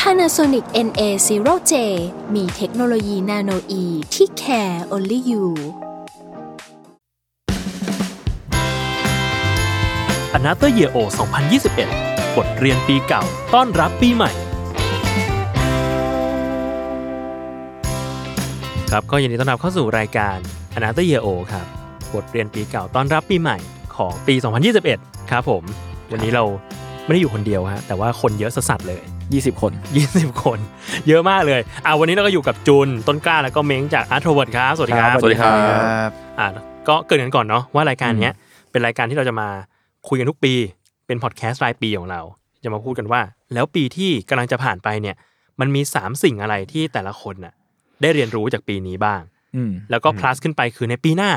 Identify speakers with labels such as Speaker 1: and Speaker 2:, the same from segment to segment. Speaker 1: Panasonic NA0J มีเทคโนโลยีนาโนอีที่ care only you
Speaker 2: a n o t h e r Year O 2021 บทเรียนปีเก่า ต้อนรับปีใหม่ ครับก็ยินดีต้อนรับเข้าสู่รายการ a n o t h e r Year O ครับ บทเรียนปีเก่า ต้อนรับปีใหม่ของปี 2021 ครับผม วันนี้เราไม่ได้อยู่คนเดียวฮะ แต่ว่าคนเยอะสัสสัสเลย
Speaker 3: 20 คน
Speaker 2: 20 คน เยอะมากเลยอ่าวันนี้เราก็อยู่กับจูน ต้นกล้า แล้วก็เม้งจาก a r t w o r d ครับ สวัสดีครับ
Speaker 3: สวัสดีครับ
Speaker 2: อ่ะก็เกรินกันก่อนเนาะว่ารายการเนี้ยเป็นรายการที่เราจะมาคุยกันทุกปี เป็นพอดแคสต์รายปีของเรา จะมาพูดกันว่า แล้วปีที่กำลังจะผ่านไปเนี่ยมันมี 3 สิ่งอะไรที่แต่ละคนน่ะได้เรียนรู้จากปีนี้บ้าง
Speaker 3: อืม
Speaker 2: แล้วก็ plus ขึ้นไปคือในปีหน้า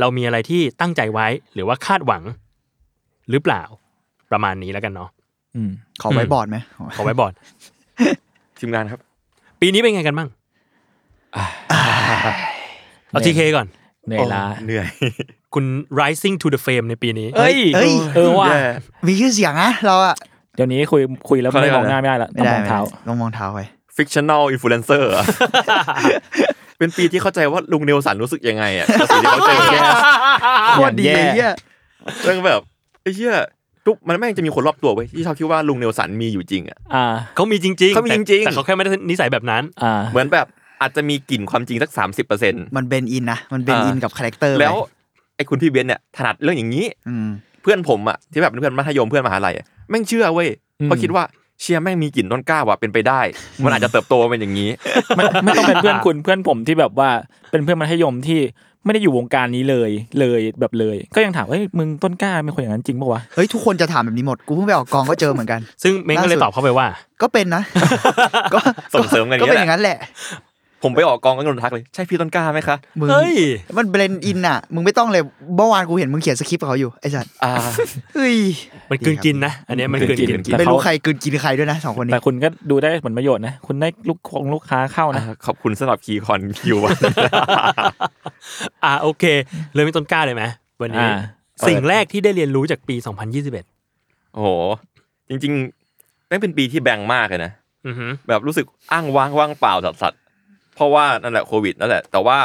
Speaker 2: เรามีอะไรที่ตั้งใจไว้หรือว่าคาดหวัง หรือเปล่าประมาณนี้แล้วกันเนาะ
Speaker 3: อืม ขอไว้
Speaker 2: อืม
Speaker 3: บอร์ดไหม
Speaker 2: ขอไว้บอร์ด
Speaker 4: ทีมงานครับ
Speaker 2: ปีนี้เป็นไงกันบ้างเอาทีเคก่อน
Speaker 3: เหนื่อยล้า
Speaker 4: เหนื่อย
Speaker 2: คุณ rising to the fame ในปีนี้
Speaker 3: เอ้ยเอ้ย
Speaker 2: เออว่า
Speaker 4: แย่
Speaker 3: มีชื่อเสียงนะเราอะ
Speaker 5: เดี๋ยวนี้คุยคุยแล้ว
Speaker 4: เขาเรีย
Speaker 5: ไม่
Speaker 4: ก
Speaker 5: มอง
Speaker 4: อะไร
Speaker 5: หน้าไม่ได้ละต้องมองเท้า
Speaker 3: ลองมองเท้าไป
Speaker 4: fictional influencer อะ เป็นปีที่เข้าใจว่าลุงเนลสันรู้สึกยังไงอ่ะกับสิ่งที่เขาเจอ
Speaker 3: โคตรดีเลยเนี่ย
Speaker 4: เรื่องแบบไอ้เหี้ยทุกมันแม่งจะมีคนรอบตัวเว้ยที่ชอบคิดว่าลุงเนลสันมีอยู่จริงอ่ะ
Speaker 5: อ่า
Speaker 2: เขามีจริงๆ
Speaker 4: เขามีจริงๆ
Speaker 2: แต่แต่เขาแค่ไม่ได้นิสัยแบบนั้น
Speaker 5: อ่า
Speaker 4: เหมือนแบบอาจจะมีกลิ่นความจริงสักสามสิบเปอร์เซ็นต์
Speaker 3: มันเบนอินนะ มันเบนอินกับคาแรคเตอร์
Speaker 4: แล้วไอ้คุณพี่เบนซ์เนี่ยถนัดเรื่องอย่างนี้
Speaker 3: อืม
Speaker 4: เพื่อนผมอ่ะที่แบบเป็นเพื่อนมัธยมเพื่อนมหาลัยอะแม่งเชื่อเว้ยเพราะคิดว่าเชียแม่งมีกลิ่นต้นกล้าว่ะเป็นไปได้ มันอาจจะเติบโตมาเป็นอย่างนี้
Speaker 5: ไม่ไม่ต้องเป็นเพื่อนคุณเพื่อนผมที่แบบว่าเป็นเพื่อนมัธยมที่ไม่ได้อยู่วงการนี้เลยเลยแบบเลย ก็ยังถามเอ้ยมึงต้นกล้าเป็นคนอย่างนั้นจริงปะวะ
Speaker 3: เฮ้ย ทุกคนจะถามแบบนี้หมด กูเพิ่งไปออกกองก็เจอเหมือนกัน
Speaker 2: ซึ่งเม้งก็เลยตอบเขาไปว่า
Speaker 3: ก็เป็นนะ ก็
Speaker 4: ส่งเสริมกันอย่าง
Speaker 3: ก็
Speaker 4: เงี้ย
Speaker 3: เป็นอย่างนั้นแหละ
Speaker 4: ผมไปออกกองก็โดนทักเลยใช่พี่ต้นกล้าไหมคะ
Speaker 3: มึง
Speaker 2: เฮ้ย
Speaker 3: มันเบนอินอ่ะ มึงไม่ต้องเลย เมื่อวานกูเห็นมึงเขียนสคริปต์กับเขาอยู่ไอ้สัตว์
Speaker 4: อ่า
Speaker 3: เอ้ย
Speaker 2: มันกลืนกินนะ อันเนี้ยมันกลืนกิน
Speaker 5: แต่เขา
Speaker 3: ไม่รู้ใครกินกินใครด้วยนะสองคนนี้
Speaker 5: แต่คุณก็ดูได้ผลประโยชน์นะ คุณได้ลูกคงลูกค้าเข้านะ
Speaker 4: อ่าขอบคุณสำหรับคีย์คอนคิววัน
Speaker 2: อ่าโอเค เริ่มที่ต้นกล้าเลยไหมวันนี้
Speaker 5: อ่า
Speaker 2: สิ่งแรกที่ได้เรียนรู้จากปี 2021
Speaker 4: โอ้โห จริงๆแม่งเป็นปีที่แบงมากเลยนะ
Speaker 2: อือหือ
Speaker 4: แบบรู้สึกอ้างว้างว่างเปล่าสัสสัสๆเพราะว่านั่นแหละโควิดนั่นแหละ แต่ว่า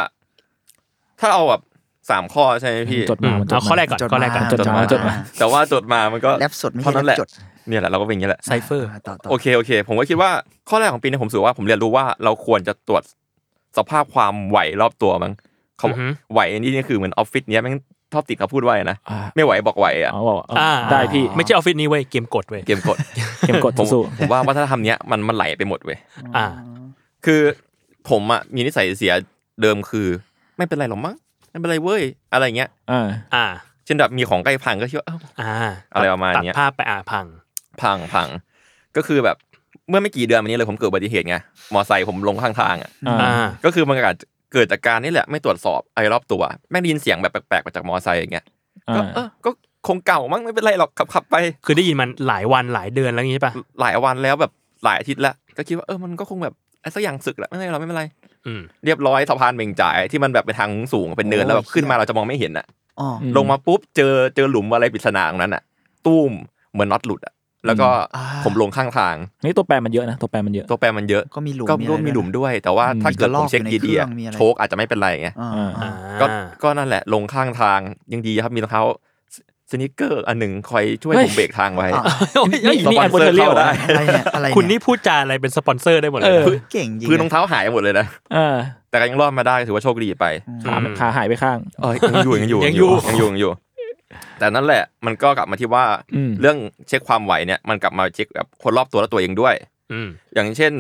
Speaker 4: ถ้าเอาแบบสามข้อใช่ไหมพี่
Speaker 5: จด
Speaker 2: อื
Speaker 5: มาม มันจ
Speaker 2: เอา
Speaker 5: ด
Speaker 2: ข้อแรก
Speaker 5: มา
Speaker 2: ก่อน
Speaker 3: จดมา
Speaker 2: ข้อแรกก่อน
Speaker 5: จดมาจดมา
Speaker 4: แต่ว่าจดมามันก็
Speaker 3: แรปสดไม่
Speaker 4: เท่า
Speaker 3: ใช่
Speaker 4: นั้น
Speaker 3: แร
Speaker 4: แหละ
Speaker 3: ปจด
Speaker 4: เนี่ยแหละเราก็เป็นอย่างนี้ยแหละ
Speaker 2: ไซเฟอร์
Speaker 3: อ่าต่อต่อ
Speaker 4: โอเคโอเค ผมก็คิดว่าข้อแรกของปีนี้ผมรู้สึกว่าผมเรียนรู้ว่าเราควรจะตรวจสภาพความไหวรอบตัวมั้งเขา
Speaker 2: อือฮึ
Speaker 4: ไหวในที่นี่คือเหมือนออฟฟิศเนี้ยแม่งชอบติดเขาพูดไว้นะ
Speaker 5: อ่า
Speaker 4: ไม่ไหวบอกไหวอ่ะ
Speaker 5: เอาบอกว่า
Speaker 2: อ่า
Speaker 5: ได้พี่
Speaker 2: ไม่ใช่ออฟฟิศนี้เว้ย เกมกดเว้ย
Speaker 4: เกมกด
Speaker 5: เข็มกด
Speaker 4: ผม
Speaker 5: สู้
Speaker 4: ผมว่าวั ฒนธรรมเนี้ยมันมันไหลไปหมดเว้ย
Speaker 2: อ่า
Speaker 4: คือผมอ่ะมีนิสัยเสียเดิมคือ ไม่เป็นไรหรอกมั้งไม่เป็นไรเว้ยอะไรเงี้ย
Speaker 5: อ่า
Speaker 2: อ่า
Speaker 4: เช่นแบบมีของใกล้พังก็คิดว่าเอ้า
Speaker 2: อ่า
Speaker 4: อะไรประมาณ
Speaker 2: ตัด
Speaker 4: เนี้ย
Speaker 2: ภาพไปอ่าพัง
Speaker 4: พังพังก็คือแบบเมื่อไม่กี่เดือนมานี้เลยผมเกิดอุบัติเหตุไงมอไซค์ผมลงข้างทางอ่ะ
Speaker 5: อ่า
Speaker 2: อ่า
Speaker 4: ก็คือมันอาจจะเกิดจากการนี่แหละไม่ตรวจสอบอะไรรอบตัวแม่งได้ยินเสียงแบบแปลกๆมาจากมอไซค์อย่างเงี้ย
Speaker 5: อ่า
Speaker 4: ก็เออก็คงเก่ามั้งไม่เป็นไรหรอกขับขับไป
Speaker 2: คือได้ยินมันหลายวันหลายเดือนแล้วอย่างงี้ป่ะ
Speaker 4: หลายวันแล้วแบบหลายอาทิตย์แล้วก็คิดว่าเออมันก็คงแบบไอ้สักอย่างสึกแหละไม่เป็นไรหรอกไม่เป็นไร
Speaker 2: อืม
Speaker 4: เรียบร้อยสะพานเบ่งจ่ายที่มันแบบเป็นทางสูงเป็นเนินแล้วแบบขึ้นมาเราจะมองไม่เห็นอะ
Speaker 3: อ๋อ
Speaker 5: อื
Speaker 4: ลงมาปุ๊บเจอเจอหลุมอะไรปริศนาตรงนั้นอะตุ้มเหมือนน็อตหลุดอะแล้วก็
Speaker 3: อ่า
Speaker 4: ผมลงข้างทาง
Speaker 5: นี่ตัวแปรมันเยอะนะ ตัวแปรมันเยอะ
Speaker 4: ตัวแปรมันเยอะ
Speaker 3: ก็มีหลุม
Speaker 4: ก็
Speaker 3: อะ
Speaker 4: ร่
Speaker 3: ได้ว
Speaker 4: วม
Speaker 3: ย
Speaker 4: มี
Speaker 3: นะ
Speaker 4: หลุมด้วย แต่ว่า
Speaker 5: อืม
Speaker 4: ถ้าเกิดผมเช็คดีๆอะ
Speaker 3: มีกระรอกอยู่ในเครื่องมีอะไร
Speaker 4: โชคอาจจะไม่เป็นไรไง
Speaker 3: อ่า
Speaker 5: อ่า
Speaker 3: อ่า
Speaker 4: ก็ก็นั่นแหละลงข้างทางยังดีครับมีรองเท้าสนิเกอร์อันหนึ่งคอยช่วย
Speaker 5: เฮ้
Speaker 4: ผ
Speaker 5: ย
Speaker 4: มเบรกทางไว้
Speaker 3: อ้าว
Speaker 2: โอ้ยเอ้ย
Speaker 4: สปอนเซอร์เข้าได้
Speaker 3: อะไรเนี่ยอะไรเนี่ย
Speaker 2: คุณนี่พูดจาอะไรเป็นสปอนเซอร์ได้หมดเลย
Speaker 5: เออ
Speaker 2: นะ
Speaker 3: เก่งจริง
Speaker 4: พื้นรองเท้าหายหมดเลยนะ
Speaker 5: อ่า
Speaker 4: แต่ก็ยังรอดมาได้ถือว่าโชคดีไป
Speaker 5: ขาขาหายไปข้าง
Speaker 4: เออยังอยู่ยังอยู่
Speaker 2: ยังอยู่
Speaker 4: ยังอยู่ยังอยู่ แต่นั่นแหละมันก็กลับมาที่ว่า
Speaker 5: อืม
Speaker 4: เรื่องเช็คความไหวเนี่ยมันกลับมาเช็คแบบคนรอบตัวและตัวเองด้วย
Speaker 2: อืม
Speaker 4: อย่างเช่น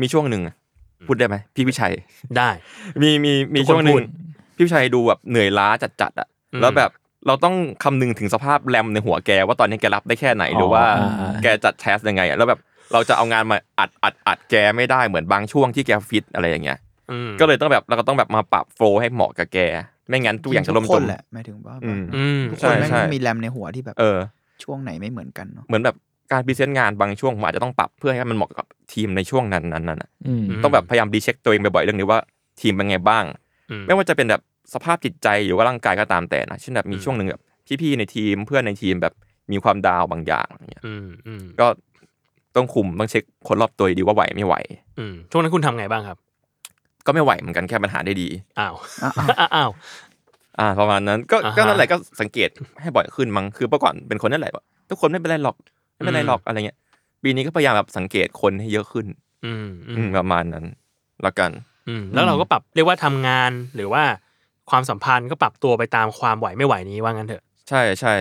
Speaker 4: มีช่วงหนึ่งพูดได้ไหมพี่พิชัย
Speaker 2: ได้
Speaker 4: มีมีมี
Speaker 2: ทุกคน
Speaker 4: ช่วงหนึ่
Speaker 2: พู
Speaker 4: ง
Speaker 2: ด
Speaker 4: พี่พิชัยดูแบบเหนื่อยล้าจัดๆอ่ะ
Speaker 2: อืม
Speaker 4: แล้วแบบเราต้องคำนึงถึงสภาพแรมในหัวแกว่าตอนนี้แกรับได้แค่ไหนหรือว่า
Speaker 5: อ่า
Speaker 4: แกจัดแทสยังไงอ่ะแล้วแบบ เราจะเอางานมาอัดอัดอัดแกไม่ได้เหมือนบางช่วงที่แกฟิตอะไรอย่างเงี้ย
Speaker 2: อืม
Speaker 4: ก็เลยต้องแบบเราก็ต้องแบบมาปรับโฟลว์ให้เหมาะกับแก ไม่งั้นทุกอย่างจะล่ม
Speaker 3: ค
Speaker 4: จ
Speaker 3: น
Speaker 4: ม
Speaker 3: แหละหมายถึงว่า
Speaker 4: อืม
Speaker 2: อืม
Speaker 3: ทุกค
Speaker 4: ใช่
Speaker 3: นแม่ง
Speaker 4: ใช่
Speaker 3: มีแรมในหัวที่แบบ
Speaker 4: เออ
Speaker 3: ช่วงไหนไม่เหมือนกันเนาะ
Speaker 4: เหมือนแบบการพรีเซนต์งานบางช่วงผมอาจจะต้องปรับเพื่อให้มันเหมาะกับทีมในช่วงนั้นนั้นนั้น
Speaker 5: อืม
Speaker 4: ต้องแบบพยายามดีเช็คตัวเองบ่อยๆเรื่องนี้ว่าทีมเป็นไงบ้าง
Speaker 2: อื
Speaker 4: ไม่ว่าจะเป็นแบบสภาพจิตใจหรือว่าร่างกายก็ตามแต่นะเช่นแบบมีช่วงหนึ่งแบบพี่ๆในทีมเพื่อนในทีมแบบมีความดาวบางอย่างอย่างเงี้ย
Speaker 2: อืมอืม
Speaker 4: ก็ต้องคุมต้องเช็คคนรอบตัวดีๆว่าไหวไม่ไหว
Speaker 2: อืมช่วงนั้นคุณทำไงบ้างครับ
Speaker 4: ก็ไม่ไหวเหมือนกันแค่ปัญหาได้ดี
Speaker 2: อ้าว
Speaker 3: อ่ะอ่ะ
Speaker 2: อ้าว
Speaker 4: อ่าประมาณนั้นก็
Speaker 2: อ่าฮะ
Speaker 4: ก็นั่นแหละก็สังเกตให้บ่อยขึ้นมั้งคือเมื่อก่อนเป็นคนนั่นแหละแบบทุกคนไม่เป็นไรหรอกไม่เป็นไร
Speaker 2: อืม
Speaker 4: หรอกอะไรเงี้ยปีนี้ก็พยายามแบบสังเกตคนให้เยอะขึ้น
Speaker 2: อืมอื
Speaker 4: อื
Speaker 2: ม
Speaker 4: มประมาณนั้นละกัน
Speaker 2: อืมแล้วเราก็ปรับเรียกว่าทำงานหรือว่าความสัมพันธ์ก็ปรับตัวไปตามความไหวไม่ไหวนี้ว่างั้นเถอะ
Speaker 4: ใช่ใช่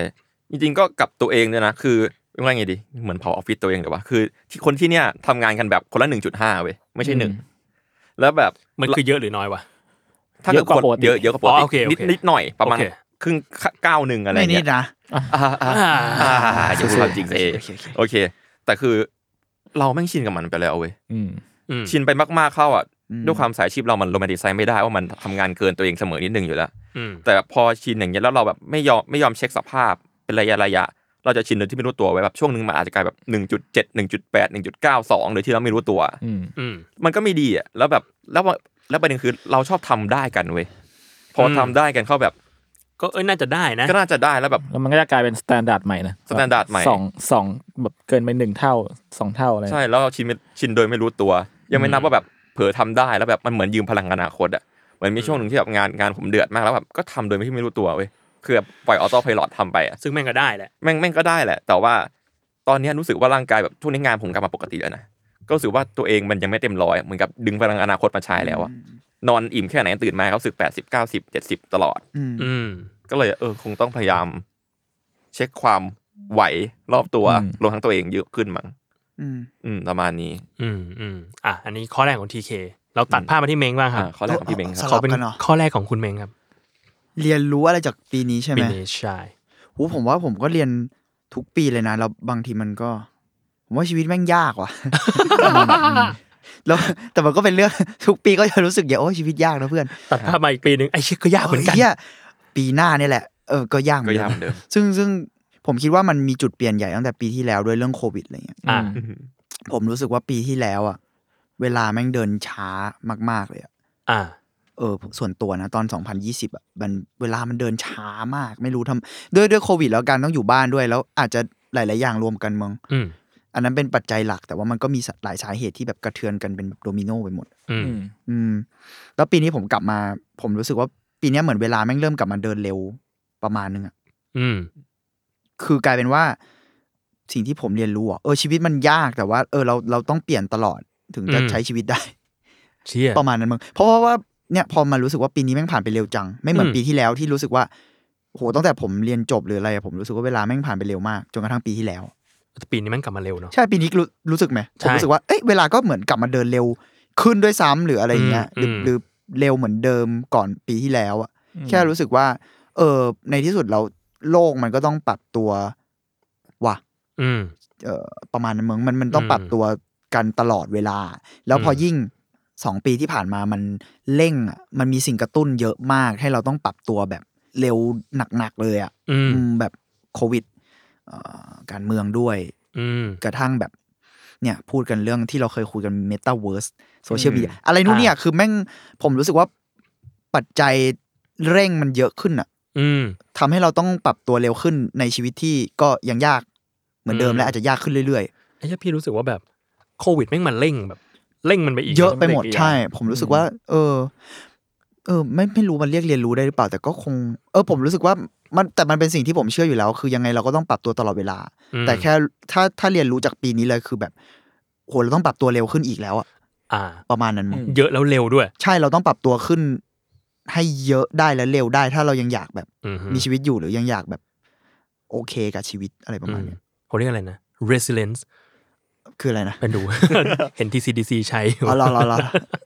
Speaker 4: จริงๆก็กับตัวเองเนี่ยนะคือเรียกว่าไงดีเหมือนเผาออฟฟิศตัวเองหรือวะคือที่คนที่เนี่ยทำงานกันแบบคนละหนึ่งจุดห้าเว้ยไม่ใช่หนึ่งแล้วแบบ
Speaker 2: มันคือเยอะหรือน้อยวะ
Speaker 4: ถ้าเกิดคนเยอะเยอะกว่าปก
Speaker 2: อ๋อโอเคโอ
Speaker 4: ตินิด
Speaker 2: เค
Speaker 4: นิดหน่อยประมาณ
Speaker 2: โอเค
Speaker 4: ครึ่งก้าวหนึ่งอะไร
Speaker 3: ไม่นี่
Speaker 4: เงี้ย
Speaker 3: นะ
Speaker 4: อ่าอ่าอ่าอ่าอย่าพูดความจริงสิ
Speaker 3: โอเคโอเค
Speaker 4: โอเค แต่คือเราแม่งชินกับมันไปแล้วเว้ย
Speaker 5: อืม
Speaker 2: อืม
Speaker 4: ชินไปมากๆเข้าอ่ะ
Speaker 3: อื
Speaker 4: ด้วยความสายอาชีพเรามันโรแมนติไซไม่ได้ว่ามันทำงานเกินตัวเองเสมอนิดนึงอยู่แล้ว
Speaker 2: อืม
Speaker 4: แต่พอชินอย่างเงี้ยแล้วเราแบบไม่ยอมไม่ยอมเช็คสภาพเป็นระยะระยะ เราจะชินโดยที่ไม่รู้ตัวไว้แบบช่วงหนึ่งมันอาจจะกลายแบบหนึ่งจุดเจ็ดหนึ่งจุดแปดหนึ่งจุดเก้าสองโดยที่เราไม่รู้ตัว
Speaker 5: อืม
Speaker 2: อืม
Speaker 4: มันก็ไม่ดีอ่ะแล้วแบบแล้วว่าแล้วประเด็นคือเราชอบทำได้กันเว้ยพออ
Speaker 2: ม
Speaker 4: ทำได้กันเข้าแบบ
Speaker 2: ก็เอ้ยน่าจะได้นะ
Speaker 4: ก็น่าจะได้แล้วแบบ
Speaker 5: แล้วมันก็จะกลายเป็นสแตนดาร์ดใหม่นะ
Speaker 4: standard ใหม่
Speaker 5: สองสองแบบเกินไปหนึ่งเท่าสองเท่าอะไร
Speaker 4: ใช่แล้วเราชินไม่ชินโดยไม่รู้ตัว ยังไม่นับว่าแบบเผลอทำได้แล้วแบบมันเหมือนยืมพลังอนาคตอ่ะเหมือนมีช่วงหนึ่งที่แบบงานงานผมเดือดมากแล้วแบบก็ทำโดยที่ไม่รู้ตัวเว้ยคือแบบปล่อยออโต้ไพลอตทำไปอะ
Speaker 2: ซึ่งแม่งก็ได้แหละ
Speaker 4: แม่งแม่งก็ได้แหละ แต่ว่าตอนเนี้ยรู้สึกว่าร่างกายแบบช่วงนี้งานผมกลับมาปกติแล้วนะก็รู้สึกว่าตัวเองมันยังไม่เต็มร้อยเหมือนกับดึงพลังอนาคตมาใช้แล้วอะนอนอิ่มแค่ไหนตื่นมาเขาสึกแปดสิบเก้าสิบเจ็ดสิบตลอด
Speaker 3: อืม
Speaker 2: อืม
Speaker 4: ก็เลยเออคงต้องพยายาม เช็คความไหวรอบตัวรวมทั้งตัวเองเยอะขึ้นมั้ง
Speaker 3: อืม
Speaker 4: อืมประมาณนี้
Speaker 2: อืมอืมอ่ะอันนี้ข้อแรกของ TK เราตัดภาพมาที่เมงบ้างครับ
Speaker 4: อ่าข้อแรกของพี่เบงค
Speaker 3: ส
Speaker 4: รับ
Speaker 2: ขอ
Speaker 3: ลับ
Speaker 2: เป็น
Speaker 3: กันเนาะ
Speaker 2: ข้อแรกของคุณเมงครับ
Speaker 3: เรียนรู้อะไรจากปีนี้ใช่ไห
Speaker 2: ปี
Speaker 3: ม
Speaker 2: นี้ใช่
Speaker 3: หูผมว่าผมก็เรียนทุกปีเลยนะแล้วบางทีมันก็ ผมว่าชีวิตแม่งยากว่ะ แล้วแต่มันก็เป็นเรื่อง ทุกปีก็จะรู้สึกอย่างโอ้ยชีวิตยากนะเพื่อน
Speaker 2: ตัดภาพมาอีกปีหนึ่งไอ้เชี่ยก็ยากเหมือนกัน
Speaker 3: หี้ยปีหน้าเนี่ยแหละเออก็ยากเหมื
Speaker 4: ก็
Speaker 3: อน
Speaker 4: ยา
Speaker 3: กัน
Speaker 4: กเหมือนเดิม
Speaker 3: ซึ่งซึ่งผมคิดว่ามันมีจุดเปลี่ยนใหญ่ตั้งแต่ปีที่แล้วด้วยเรื่องโควิดอะไรเงี้ย
Speaker 2: อ่า
Speaker 5: อืม
Speaker 3: ผมรู้สึกว่าปีที่แล้วอ่ะเวลาแม่งเดินช้ามาก ๆเลยอะ
Speaker 2: อ่า
Speaker 3: เออส่วนตัวนะตอน 2020อ่ะมันเวลามันเดินช้ามาก ไม่รู้ทำด้วยด้วยโควิดแล้วกันต้องอยู่บ้านด้วย แล้วอาจจะหลาย ๆ อย่างรวมกันมั้ง
Speaker 2: อืม
Speaker 3: อันนั้นเป็นปัจจัยหลัก แต่ว่ามันก็มีหลายสาเหตุที่แบบกระเทือนกันเป็นแบบโดมิโนไปหมด
Speaker 2: อืม
Speaker 5: อืม
Speaker 3: อืม แล้วปีนี้ผมกลับมา ผมรู้สึกว่าปีเนี้ยเหมือนเวลาแม่งเริ่มกลับมาเดินเร็วประมาณนึงอะ
Speaker 2: อืม
Speaker 3: คือกลายเป็นว่าสิ่งที่ผมเรียนรู้อ่ะเออชีวิตมันยากแต่ว่า เออเราเราต้องเปลี่ยนตลอดถึงจะ
Speaker 2: อืม
Speaker 3: ใช้ชีวิตได้
Speaker 2: เชี่ย
Speaker 3: ประมาณนั้นมึงเพราะเพราะว่าเนี่ยพอมารู้สึกว่าปีนี้แม่งผ่านไปเร็วจัง ไม่เหมือน
Speaker 2: อืม
Speaker 3: ปีที่แล้วที่รู้สึกว่าโหตั้งแต่ผมเรียนจบหรืออะไรอะผมรู้สึกว่าเวลาแม่งผ่านไปเร็วมากจนกระทั่งปีที่แล้ว
Speaker 2: แต่ปีนี้แม่งกลับมาเร็วเนาะ
Speaker 3: ใช่ปีนี้รู้รู้สึกไหมผ
Speaker 2: ใช่
Speaker 3: มรู้สึกว่าเอ้ยเวลาก็เหมือนกลับมาเดินเร็วขึ้นด้วยซ้ำหรืออะไรอย่างเงี้ยหรื
Speaker 2: ม
Speaker 3: อ
Speaker 2: อืม
Speaker 3: หรือเร็วเหมือนเดิมก่อนปีที่แล้วอะ แค่รู้สึกว่า เออในที่สุดเราโลกมันก็ต้องปรับตัวว่ะ
Speaker 2: อืม
Speaker 3: เอ่อประมาณนั้นมึงมันมันต้อง
Speaker 2: อืม
Speaker 3: ปรับตัวกันตลอดเวลา แล้วพออ
Speaker 2: ม
Speaker 3: ยิ่งสองปีที่ผ่านมามันเร่งอ่ะมันมีสิ่งกระตุ้นเยอะมากให้เราต้องปรับตัวแบบเร็วหนักๆเลยอ่ะ
Speaker 2: อืม
Speaker 3: อืมแบบโควิดเอ่อการเมืองด้วย
Speaker 2: อืม
Speaker 3: กระทั่งแบบเนี่ยพูดกันเรื่องที่เราเคยคุยกันเมตาเวิร์สโซเชียลมีเดียอะไรนู่นเนี่ยคือแม่งผมรู้สึกว่าปัจจัยเร่งมันเยอะขึ้นอ่ะ
Speaker 2: อืม
Speaker 3: ทำให้เราต้องปรับตัวเร็วขึ้นในชีวิตที่ก็ยังยากเหมือนเดิม
Speaker 2: อืม
Speaker 3: และอาจจะยากขึ้นเรื่อย
Speaker 2: ไอ้เชี่ยพี่รู้สึกว่าแบบโควิดแม่งมันเร่งแบบ เร่งมันไปอีก
Speaker 3: ๆ เยอะไปหมด
Speaker 5: เด็กๆ
Speaker 3: ใช่ ผมรู้สึกว่า เออ เออ ไม่ไม่รู้มันเรียกเรียนรู้ได้หรือเปล่า แต่ก็คง เออ ผมรู้สึกว่ามันแต่มันเป็นสิ่งที่ผมเชื่ออยู่แล้ว คือยังไงเราก็ต้องปรับตัวตลอดเวลา
Speaker 2: อืม
Speaker 3: แต่แค่ถ้าถ้าเรียนรู้จากปีนี้เลยคือแบบโหเราต้องปรับตัวเร็วขึ้นอีกแล้วอะ
Speaker 2: อ่า
Speaker 3: ประมาณนั้นมั้ง
Speaker 5: อืม
Speaker 2: เยอะแล้วเร็วด้วย
Speaker 3: ใช่เราต้องปรับตัวขึ้น ให้เยอะได้และเร็วได้ ถ้าเรายังอยากแบบ
Speaker 2: อืม
Speaker 3: มีชีวิตอยู่หรือยังอยากแบบ โอเคกับชีวิตอะไรประมาณเนี้ย
Speaker 2: เขาเรียกอะไรนะ resilience
Speaker 3: คืออะไรนะ
Speaker 2: เป็นดู เห็น TCDC ใช้อยู่
Speaker 3: อ๋อเหรอเหรอเหรอ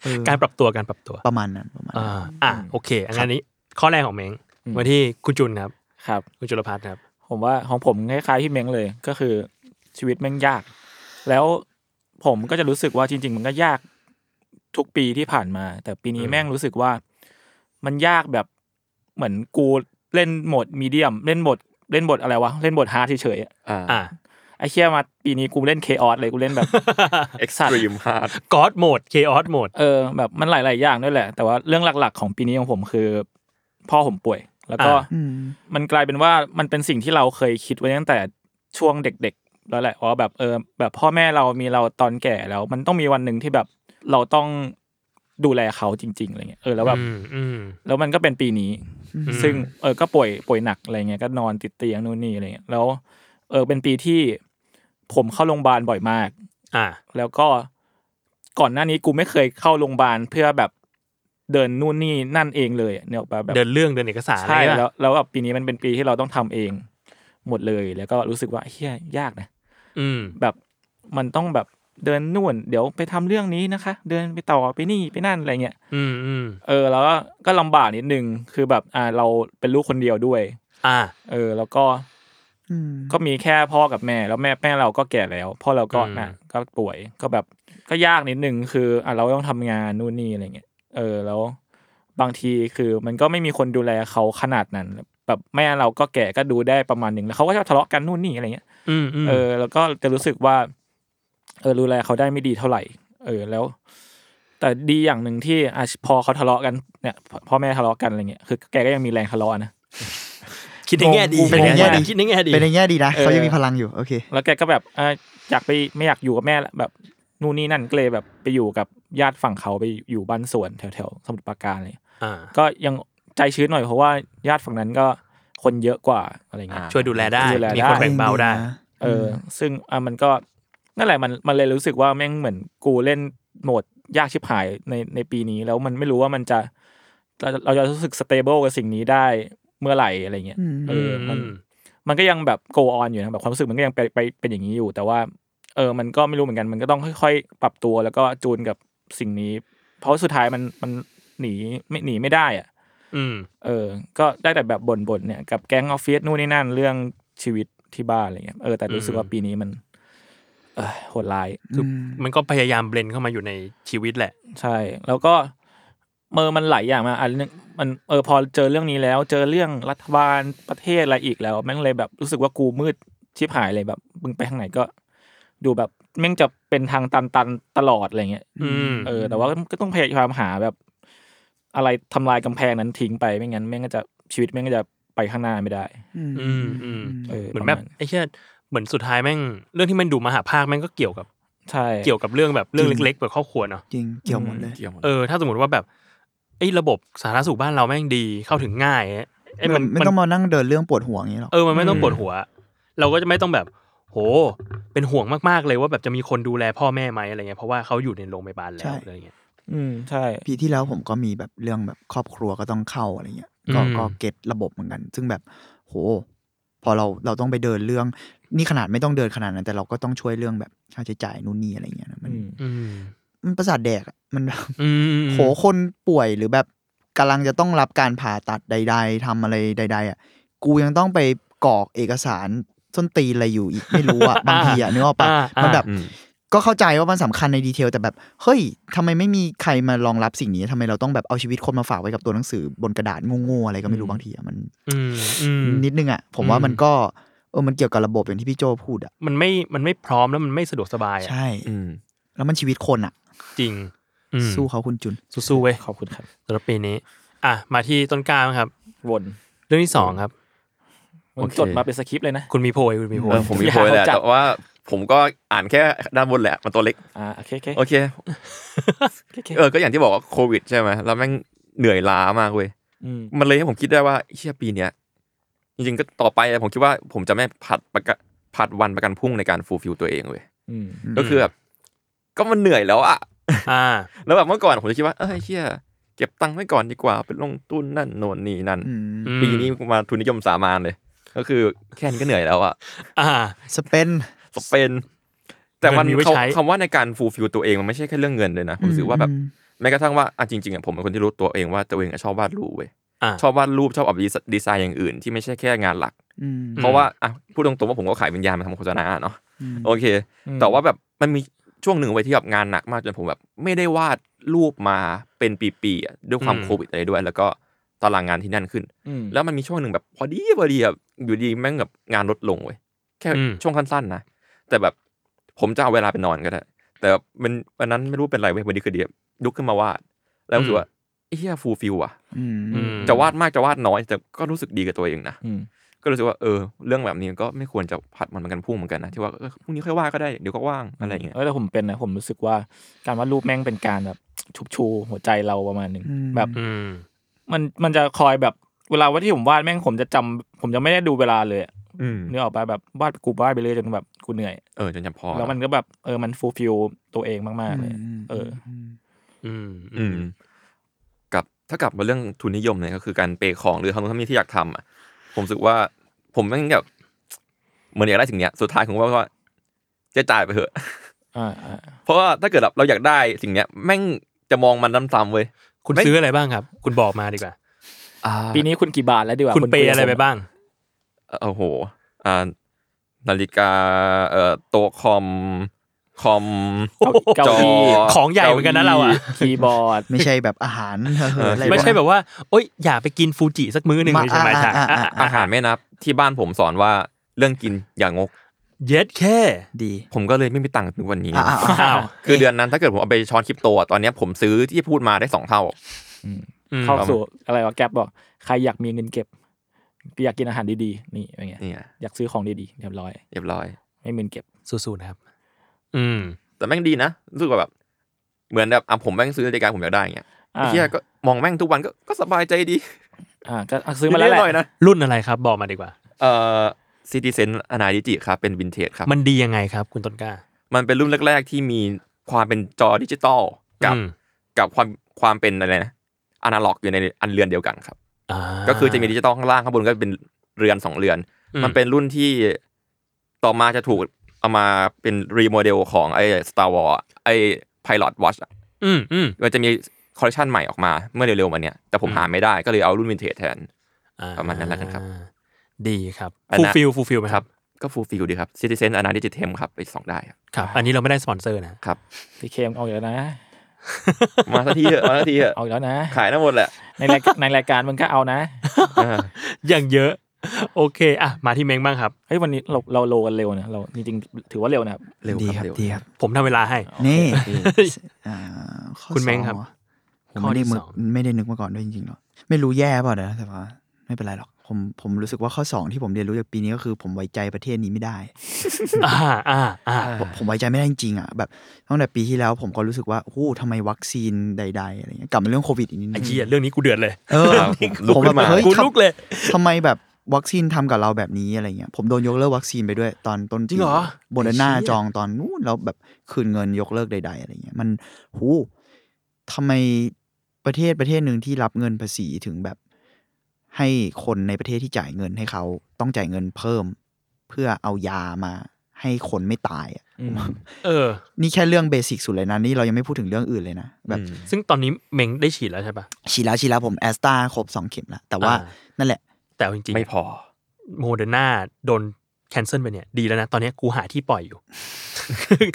Speaker 3: เออ
Speaker 2: การปรับตัวการปรับตัว
Speaker 3: ประมาณนั้นประมาณ
Speaker 2: อ่า
Speaker 3: นั้น
Speaker 2: อ่ะโอเคอันนั้นนี้ข้อแรกของเม้ง
Speaker 5: อืม
Speaker 2: มาที่คุณจุนครับ
Speaker 5: ครับ
Speaker 2: คุณจุลพัฒน์ครับ
Speaker 5: ผมว่าของผมคล้ายๆพี่เม้งเลยก็คือชีวิตแม่งยาก แล้ว ผมก็จะรู้สึกว่าจริง ๆ มันก็ยากทุกปีที่ผ่านมา แต่ปีนี้
Speaker 2: อืม
Speaker 5: แม่งรู้สึกว่า มันยากแบบเหมือนกูเล่นโหมดมีเดียม เล่นโหมดเล่นบทอะไรวะเล่นบทฮาร์ดเฉยๆอะ
Speaker 4: อ่า
Speaker 2: อ่ะ
Speaker 5: ไอ้เชี่ยมาปีนี้กูเล่นเคออสเลยกูเล่นแบบ
Speaker 4: extreme hard
Speaker 2: กอดโหมดเคออสโหมด
Speaker 5: เออแบบมันหลาย ๆ อย่างด้วยแหละ แต่ว่าเรื่องหลัก ๆ ของปีนี้ของผมคือ พ่อผมป่วย แล้วก็
Speaker 2: อ่า
Speaker 3: อืม
Speaker 5: มันกลายเป็นว่ามันเป็นสิ่งที่เราเคยคิดไว้ตั้งแต่ช่วงเด็ก ๆ แล้วแหละว่าแบบเออ แบบพ่อแม่เรามีเราตอนแก่แล้ว มันต้องมีวันหนึ่งที่แบบเราต้องดูแลเขาจริง ๆอะไรเงี้ยเออแล้วแบบ
Speaker 2: อืมอืม
Speaker 5: แล้วมันก็เป็นปีนี้
Speaker 3: อืม
Speaker 5: ซึ่งเออก็ป่วยป่วยหนักอะไรเงี้ยก็นอนติดเตียงนู่นนี่อะไรเงี้ยแล้วเออเป็นปีที่ผมเข้าโรงพยาบาลบ่อยมาก
Speaker 2: อ่า
Speaker 5: แล้วก็ก่อนหน้านี้กูไม่เคยเข้าโรงพยาบาลเพื่อแบบเดินนู่นนี่นั่นเองเลยเนี่ยออกปะแบบ
Speaker 2: เดินเรื่องเดินเอกสารอะไร
Speaker 5: ใช่
Speaker 2: เงี้ย
Speaker 5: แล้วแล้วแบบปีนี้มันเป็นปีที่เราต้องทำเองหมดเลย แล้วก็รู้สึกว่าเฮียยากนะ
Speaker 2: อืม
Speaker 5: แบบมันต้องแบบเดินนู่น เดี๋ยวไปทำเรื่องนี้นะคะ เดินไปต่อไปนี่ไปนั่นอะไรเงี้ย
Speaker 2: อืมอืม
Speaker 5: เออแล้วก็ก็ลำบากนิดนึงคือแบบอ่าเราเป็นลูกคนเดียวด้วย
Speaker 2: อ่า
Speaker 5: เออ แล้วก็
Speaker 3: อืม
Speaker 5: ก็มีแค่พ่อกับแม่ แล้วแม่แม่เราก็แก่แล้วพ่อเราก็
Speaker 2: อืม
Speaker 5: นะก็ป่วยก็แบบก็ยากนิดนึงคืออ่ะเราต้องทำงานนู่นนี่อะไรเงี้ยเออแล้วบางทีคือมันก็ไม่มีคนดูแลเขาขนาดนั้น แบบแม่เราก็แก่ก็ดูได้ประมาณหนึ่งแล้วเขาก็ชอบทะเลาะกันนู่นนี่อะไรเงี้ย
Speaker 2: อืมอืม
Speaker 5: เออแล้วก็จะรู้สึกว่าเออดูแลเขาได้ไม่ดีเท่าไหร่ เออแล้ว แต่ดีอย่างหนึ่งที่อ่ะพอเขาทะเลาะกันเนี่ยพพ่อแม่ทะเลาะกันอะไรเงี้ยคือแกก็ยังมีแรงทะเลาะนะ
Speaker 2: คิดในแง่ดี
Speaker 5: เป็นในแง่ดี
Speaker 2: คิดในแง่ดี
Speaker 3: เป็นในแง่ดีนะ
Speaker 5: เออ
Speaker 3: เขายังมีพลังอยู่ โอเค
Speaker 5: แล้วแกก็แบบเอ่ออยากไปไม่อยากอยู่กับแม่ละแบบนู่นนี่นั่นก็เลยแบบไปอยู่กับญาติฝั่งเขาไปอยู่บ้านสวนแถวๆสมุทรปราการเลย
Speaker 2: อ่า
Speaker 5: ก็ยังใจชื้นหน่อยเพราะว่าญาติฝั่งนั้นก็คนเยอะกว่าอะไรเงี้ย
Speaker 4: อ่า
Speaker 2: ช่วยดูแลได้
Speaker 5: ดูแลได้
Speaker 2: มีคนแบ่งเบาได้
Speaker 5: เออ ซึ่งอ่ะมันก็นั่นแหละมันมันเลยรู้สึกว่าแม่งเหมือนกูเล่นโหมดยากชิบหายในในปีนี้แล้วมันไม่รู้ว่ามันจะเราเราจะรู้สึกสเตเบิลกับสิ่งนี้ได้เมื่อไหร่อะไรเงี้ย
Speaker 3: อืม
Speaker 5: เออมัน
Speaker 2: อืม
Speaker 5: มันก็ยังแบบ go on อยู่นะแบบความรู้สึกมันก็ยังไปไปเป็นอย่างนี้อยู่ แต่ว่า เออมันก็ไม่รู้เหมือนกัน มันก็ต้องค่อยๆ ปรับตัวแล้วก็จูนกับสิ่งนี้ เพราะสุดท้ายมันมันหนีไม่หนีไม่ได้อะ
Speaker 2: อืม
Speaker 5: เออ ก็ได้แต่แบบบ่นๆเนี่ยกับแก๊งออฟฟิศนู่นนี่นั่นเรื่องชีวิตที่บ้านอะไรเงี้ยเออแต่รู้สึกว่าปีนี้มัน เอ้ยโหดร้าย
Speaker 2: คือมันก็พยายามเบลนเข้ามาอยู่ในชีวิตแหละ
Speaker 5: ใช่ แล้วก็เมอมันหลายอย่างมาอันนึงมันเออพอเจอเรื่องนี้แล้ว เจอเรื่องรัฐบาลประเทศอะไรอีกแล้ว แม่งเลยแบบรู้สึกว่ากูมืดชิบหายเลยแบบมึงไปทางไหนก็ ดูแบบแม่งจะเป็นทางตันตันๆตลอดอะไรเงี้ย
Speaker 2: อืม
Speaker 5: เออแต่ว่าก็ต้องพยายามหาแบบ อะไรทำลายกำแพงนั้นทิ้งไปไม่งั้นแม่งก็จะชีวิตแม่งก็จะไปข้างหน้าไม่ได้
Speaker 2: อืมอืม
Speaker 5: เออ
Speaker 2: เหมือนแบบ
Speaker 5: ประาณ
Speaker 2: ไอ้เชี่ยเหมือนสุดท้ายแม่งเรื่องที่มันดูมหาภาคแม่งก็เกี่ยวกับ
Speaker 5: ใช่
Speaker 2: เกี่ยวกับเรื่องแบบเรื่องเล็กๆแบบครอบครัวเนาะ
Speaker 3: จริงเกี่ยวหมดเลย
Speaker 4: เกี่ยวหมด
Speaker 2: เออถ้าสมมติว่าแบบไอ้ระบบสาธารณสุขบ้านเราแม่งดีเข้าถึงง่ายอะไอ้
Speaker 3: ไม่
Speaker 2: มัน
Speaker 3: ไม่
Speaker 2: มัน
Speaker 3: ต้องมานั่งเดินเรื่องปวดหัวอย่างนี้หรอก
Speaker 2: เออมันไม่ต้องปวดหัว เราก็จะไม่ต้องแบบ โห เป็นห่วงมากๆเลยว่าแบบจะมีคนดูแลพ่อแม่ไหมอะไรเงี้ยเพราะว่าเขาอยู่ในโรงพยาบาลแล้วอะไรเงี้ย
Speaker 5: อืมใช่
Speaker 3: ปีที่แล้วผมก็มีแบบเรื่องแบบครอบครัวก็ต้องเข้าอะไรเงี้ยก็
Speaker 2: อืม
Speaker 3: ก็เก็ตระบบเหมือนกัน ซึ่งแบบโห พอเราเราต้องไปเดินเรื่อง นี่ขนาดไม่ต้องเดินขนาดนั้น แต่เราก็ต้องช่วยเรื่องแบบค่าใช้จ่ายนู่นนี่อะไรเงี้ยนะมัน
Speaker 5: อืม
Speaker 2: อืม
Speaker 3: มันประสาทแดกอะมันแบบ
Speaker 2: อืม
Speaker 3: โหคนป่วยหรือแบบกำลังจะต้องรับการผ่าตัดใด ๆทำอะไรใด ๆ อ่ะ กูยังต้องไปกรอกเอกสารส้นตีนอะไรอยู่อีกไม่รู้อ่ะ บางทีอ่ะนึกออกปะมันแบบ
Speaker 4: อืม
Speaker 3: ก็เข้าใจว่ามันสำคัญในดีเทลแต่แบบ เฮ้ยทำไมไม่มีใครมารองรับสิ่งนี้ทำไมเราต้องแบบเอาชีวิตคนมาฝากไว้กับตัวหนังสือบนกระดาษงงๆอะไรก็ไม่รู้บางทีอ่ะมัน
Speaker 2: อืมอืม
Speaker 3: นิดนึงอ่ะผมว่า
Speaker 2: อืม
Speaker 3: มันก็เออมันเกี่ยวกับระบบอย่างที่พี่โจพูดอ่ะ
Speaker 2: มันไม่มันไม่พร้อมแล้วมันไม่สะดวกสบายอะ
Speaker 3: ใช่
Speaker 4: อืม
Speaker 3: แล้วมันชีวิตคนอ่ะ
Speaker 2: จริงอืม
Speaker 3: สู้เขาคุณจุน
Speaker 2: สู้ๆเว้ย
Speaker 5: ขอบคุณครับ
Speaker 2: สำหรับปีนี้ อ่ะมาที่ต้นกล้าบ้างครับ
Speaker 5: วน
Speaker 2: เรื่องที่สองครับ
Speaker 5: มึ
Speaker 4: โอง เค
Speaker 5: จดมาเป็นสคริปต์เลยนะ
Speaker 2: คุณมีโพยคุณมีโพ
Speaker 4: เอย อผมมี
Speaker 5: อยาก
Speaker 4: โพยแหละ
Speaker 5: จัด
Speaker 4: แต่ว่าผมก็อ่านแค่ด้านบนแหละมันตัวเล็ก
Speaker 5: อ่าโอเคโอเค
Speaker 4: โอเค
Speaker 5: โอเค
Speaker 4: เออก็อย่างที่บอกว่าโควิดใช่ไหมแล้วแม่งเหนื่อยล้ามากเว้ย
Speaker 5: อืม
Speaker 4: มันเลยให้ผมคิดได้ว่าเชี่ยปีเนี้ยจริงๆก็ต่อไปอะผมคิดว่าผมจะไม่ผัดประกะผัดวันประกันพรุ่งในการฟูลฟิลตัวเองเว้ย
Speaker 5: อืม
Speaker 4: ก็คือแบบก็มันเหนื่อยแล้วอะ
Speaker 2: อ่า
Speaker 4: แล้วแบบเมื่อก่อนผมจะคิดว่าเอ้ยเชี่ยเก็บตังค์ไว้ก่อนดีกว่าไปลงทุนนั่นโน่นนี่นั่น
Speaker 3: อืม
Speaker 4: ปีนี้มาทุนนิยมสามานเลย ก็คือแค่นี้ก็เหนื่อยแล้วอะ
Speaker 2: อ่า
Speaker 3: สเปน
Speaker 4: สเปน แต่มัน
Speaker 2: เงินมีไว้ใช้
Speaker 4: คำว่าในการฟูลฟิลตัวเองมันไม่ใช่แค่เรื่องเงินเลยนะผมรู้สึกว่าแบบแม้กระทั่งว่าอ่ะจริงๆอ่ะผมเป็นคนที่รู้ตัวเองว่าตัวเองอ่ะชอบวาดรูปเว้ย
Speaker 2: อ่า
Speaker 4: ชอบวาดรูปชอบออกดีไซน์อย่างอื่น ที่ไม่ใช่แค่งานหลัก
Speaker 3: อืม
Speaker 2: ม
Speaker 4: เพราะว่าอ่ะพูดตรงๆว่าผมก็ขายวิญญาณมาทำโฆษณาเนาะ
Speaker 3: อืม
Speaker 4: โอเค
Speaker 5: อืม
Speaker 4: แต่ว่าแบบมันมี ช่วงหนึ่งไว้ที่แบบงานหนักมากจนผมแบบ ไม่ได้วาดรูปมาเป็นปีๆอะด้วยความ
Speaker 2: อืม
Speaker 4: โควิดอะไรด้วย แล้วก็ตารางงานที่แน่นขึ้น
Speaker 5: อืม
Speaker 4: แล้วมันมีช่วงหนึ่งแบบพอดีพอดีแบบอยู่ดีแม่งแบบงานลดลงเว้ยแค่
Speaker 2: อืม
Speaker 4: ช่วงสั้นๆนะแต่แบบผมจะเอาเวลาไปนอนก็ได้ แต่แบบมันวันนั้นไม่รู้เป็นไรเว้ยวันนี้คือดีแบบลุกขึ้นมาวาด แล้วรู้สึกว่าไอ้เฮียฟูลฟิลอะ
Speaker 3: อืม
Speaker 2: อืม
Speaker 4: จะวาดมากจะวาดน้อยแต่ก็รู้สึกดีกับตัวเองนะ
Speaker 5: อืม
Speaker 4: ก็รู้สึกว่าเออเรื่องแบบนี้ก็ไม่ควรจะผัดมันเหมือนกันพรุ่งเหมือนกันนะที่ว่าเออพรุ่งนี้ค่อยวาดก็ได้เดี๋ยวก็ว่างอะไรอย่างเงี้ย
Speaker 5: เออแต่ผมเป็นนะผมรู้สึกว่าการวาดรูปแม่งเป็นการแบบชุบชูหัวใจเราประมาณหนึ่งแบบ
Speaker 2: อืม
Speaker 5: มันมันจะคอยแบบเวลาว่าที่ผมวาดแม่งผมจะจำผมจะไม่ได้ดูเวลาเลยอะ
Speaker 4: อืม
Speaker 5: นึกออกปะแบบวาดกูวาดไปเรื่อยจนแบบกูเหนื่อย
Speaker 4: เออจนจำพอ
Speaker 5: แล้วมันก็แบบเออมันฟูลฟิลตัวเองมากๆเลย เออ
Speaker 3: ม
Speaker 2: อืม
Speaker 4: อืมกับถ้ากลับมาเรื่องทุนนิยมเนี่ยก็คือการเปย์ของหรือทำนู่นทำนี่ที่อยากทำอะ ผมรู้สึกว่าผมแม่งแบบเหมือนอยากได้สิ่งเนี้ยสุดท้ายผมว่าว่าจะจ่ายไปเถอะ
Speaker 5: อ่าอ่า
Speaker 4: เพราะว่าถ้าเกิดแบบเราอยากได้สิ่งเนี้ย แม่งจะมองมันซ้ำๆเว้ย
Speaker 2: คุณ
Speaker 4: ไม่
Speaker 2: ซื้ออะไรบ้างครับ คุณบอกมาดีกว่า
Speaker 5: ปีนี้คุณกี่บาทแล้วดีกว่า
Speaker 2: คุณเปย์อะไรไปบ้าง
Speaker 4: โอ้โหอ่านาฬิกาเอ่อโต๊ะคอมคอม
Speaker 5: เก้า
Speaker 4: จอ
Speaker 5: อี้
Speaker 2: ของใหญ่เหมือนกันนะเราอ่ะ
Speaker 5: คีย์บอร์ด
Speaker 3: ไม่ใช่แบบอาหารเอออะไร
Speaker 2: ไม่ใช่
Speaker 3: วะ
Speaker 2: แบบว่า โอ๊ย อย่าไปกินฟูจิสักมื้อหนึ่ง
Speaker 3: มา
Speaker 2: เลยใช่ไหม
Speaker 3: อ่า
Speaker 2: ใช่
Speaker 3: อ่าอ่า
Speaker 4: อาหารไม่นับ ที่บ้านผมสอนว่าเรื่องกินอย่างก
Speaker 2: เย็ดแค่
Speaker 3: ดี
Speaker 4: ผมก็เลยไม่มีตังค์ถึงวันนี้
Speaker 3: อ่ะอ่ะอ่ะ
Speaker 2: อ้าว
Speaker 4: คือเดือนนั้นถ้าเกิดผมเอาไปช้อนคริปโตอะตอนเนี้ยผมซื้อที่พูดมาได้สองเท่า
Speaker 2: อืม
Speaker 5: เข้าสู่อะไรวะแก๊ปบอก ใครอยากมีเงินเก็บอยากกินอาหารดีๆ นี่อะไรเงี้ย
Speaker 4: เนี่ย
Speaker 5: อยากซื้อของดีๆเรียบร้อย
Speaker 4: เรียบร้อย
Speaker 5: ไม่มีเงินเก็บ
Speaker 2: สู้ๆนะครับ อืม
Speaker 4: แต่แม่งดีนะรู้สึกว่าแบบ เหมือนแบบอ่ะผมแม่งซื้อนาฬิกาผมอยากได้อย่างเงี้ย
Speaker 5: อ่า
Speaker 4: ไอ้เฮียก็มองแม่งทุกวันก็ก็สบายใจดี
Speaker 5: อ่าก็ซื้อมาแล้วแห
Speaker 4: นิดๆหน่อย
Speaker 5: ละ
Speaker 4: นะ
Speaker 2: รุ่นอะไรครับ บอกมาดีกว่า
Speaker 4: เอ่อซิติเซนอนาดิจิครับ เป็นวินเทจครับ
Speaker 2: มันดียังไงครับ คุณต้นกล้า
Speaker 4: มันเป็นรุ่นแรก ๆ ที่มีความเป็นจอดิจิตอลกับ
Speaker 2: อืม
Speaker 4: กับความความเป็นอะไรนะอนาล็อกอยู่ในอันเรือนเดียวกันครับ
Speaker 2: า
Speaker 4: ก็คือจะมีดิจิตอลข้างล่างข้างบนก็เป็นเรือนสองเรือน
Speaker 2: อื
Speaker 4: มันเป็นรุ่นที่ต่อมาจะถูกเอามาเป็นรีโมเดลของไอ้ Star Wars อะไอ้ Pilot Watch อะ
Speaker 2: อืมอืม
Speaker 4: มันจะมีคอลเลคชันใหม่ออกมาเมื่อเร็วๆมาเนี้ยแต่ผมหาไม่ได้ก็เลยเอารุ่นวินเทจแทน
Speaker 2: อ่
Speaker 4: ประมาณนั้นแล้วกันครับ
Speaker 2: ดีครับ
Speaker 4: อัน
Speaker 2: ฟูล
Speaker 4: นั้น
Speaker 2: ฟิลฟูลฟิลไหม
Speaker 4: ค
Speaker 2: ครั
Speaker 4: รั
Speaker 2: บ บ
Speaker 4: ก็ฟูลฟิลดีครับ Citizen a n a l y t i c ครับ ไปส่องได้ครับ
Speaker 2: ครับ อันนี้เราไม่ได้สปอนเซอร์นะ
Speaker 4: ครับ
Speaker 5: พี่เคมเอาอยู่แล้วนะ
Speaker 4: มาสักทีเถอะมาสักทีเถอะ
Speaker 5: เอาอยู่แล้วนะ
Speaker 4: ขายทั้งหมดแหละ
Speaker 5: ในราย การในรายการมึงก็เอานะ
Speaker 4: เออ
Speaker 2: อย่างเยอะ โอเคอ่ะมาที่เม้งบ้างครับ
Speaker 5: เฮ้ยวันนี้เราเราโลกันเร็วนะเราจริงๆถือว่าเร็วนะครับ
Speaker 4: เร็ว
Speaker 3: ดี
Speaker 4: ค
Speaker 3: ค
Speaker 4: รั
Speaker 3: รั
Speaker 4: บบ เร็ว
Speaker 3: ดีครับ
Speaker 2: ผมทำเวลาให้
Speaker 3: นี่
Speaker 2: นี่
Speaker 3: อ่าข้อ
Speaker 2: คุณ
Speaker 3: สอ
Speaker 2: แม่งครับ
Speaker 3: เหอผม
Speaker 2: ข้อ
Speaker 3: ไม่
Speaker 2: ที่
Speaker 3: ได้มึ
Speaker 2: ส
Speaker 3: ก
Speaker 2: อง
Speaker 3: ไม่ได้นึกมาก่อนด้วยจริงๆหรอกไม่รู้แย่เปล่ะนะแต่ว่าไม่เป็นไรหรอกผมผมรู้สึกว่าข้อสองที่ผมเรียนรู้จากปีนี้ก็คือผมไว้ใจประเทศนี้ไม่ได้
Speaker 2: อ่าอ่าอ่า
Speaker 3: ผมผมไว้ใจไม่ได้จริงๆอ่ะแบบตั้งแต่ปีที่แล้วผมก็รู้สึกว่าโอ้โหทำไมวัคซีนใด ๆอะไรเงี้ยกลับมาเรื่องโควิดอีกนิดนึ
Speaker 2: ไอ้
Speaker 3: ง
Speaker 2: เหี้ยเรื่องนี้กูเดือดเลย
Speaker 3: เออ
Speaker 4: ครับผมลุกขึ้นมา
Speaker 3: เฮ้ย
Speaker 2: กู
Speaker 3: ทำ
Speaker 2: ลุกเลย
Speaker 3: ทำไมแบบวัคซีนทำกับเราแบบนี้อะไรเงี้ยผมโดนยกเลิกวัคซีนไปด้วยตอนต้นปี
Speaker 2: จริงเหรอ
Speaker 3: โบนัสหน้าจองตอนนู้นแล้วแบบคืนเงินยกเลิกใด ๆ อะไรเงี้ยมันโหทำไมประเทศประเทศหนึ่งที่รับเงินภาษีถึงแบบ ให้คนในประเทศที่จ่ายเงินให้เขาต้องจ่ายเงินเพิ่ม เพื่อเอายามาให้คนไม่ตายอะ
Speaker 5: อืม
Speaker 2: เออ
Speaker 3: นี่แค่เรื่องเบสิกสุดเลยนะ นี่เรายังไม่พูดถึงเรื่องอื่นเลยนะ แบบ
Speaker 4: อืม
Speaker 2: ซึ่งตอนนี้เม้งได้ฉีดแล้วใช่ปะ
Speaker 3: ฉีดแล้วฉีดแล้วผมแอสตาครบสองเข็มละแต่ว่า
Speaker 2: อ่า
Speaker 3: นั่นแหละ
Speaker 2: แต่เอาจริงๆ
Speaker 4: ไม่พอ
Speaker 2: โมเดอร์นาโดนแคนเซิลไปเนี่ยดีแล้วนะ ตอนเนี้ยกูหาที่ปล่อยอยู่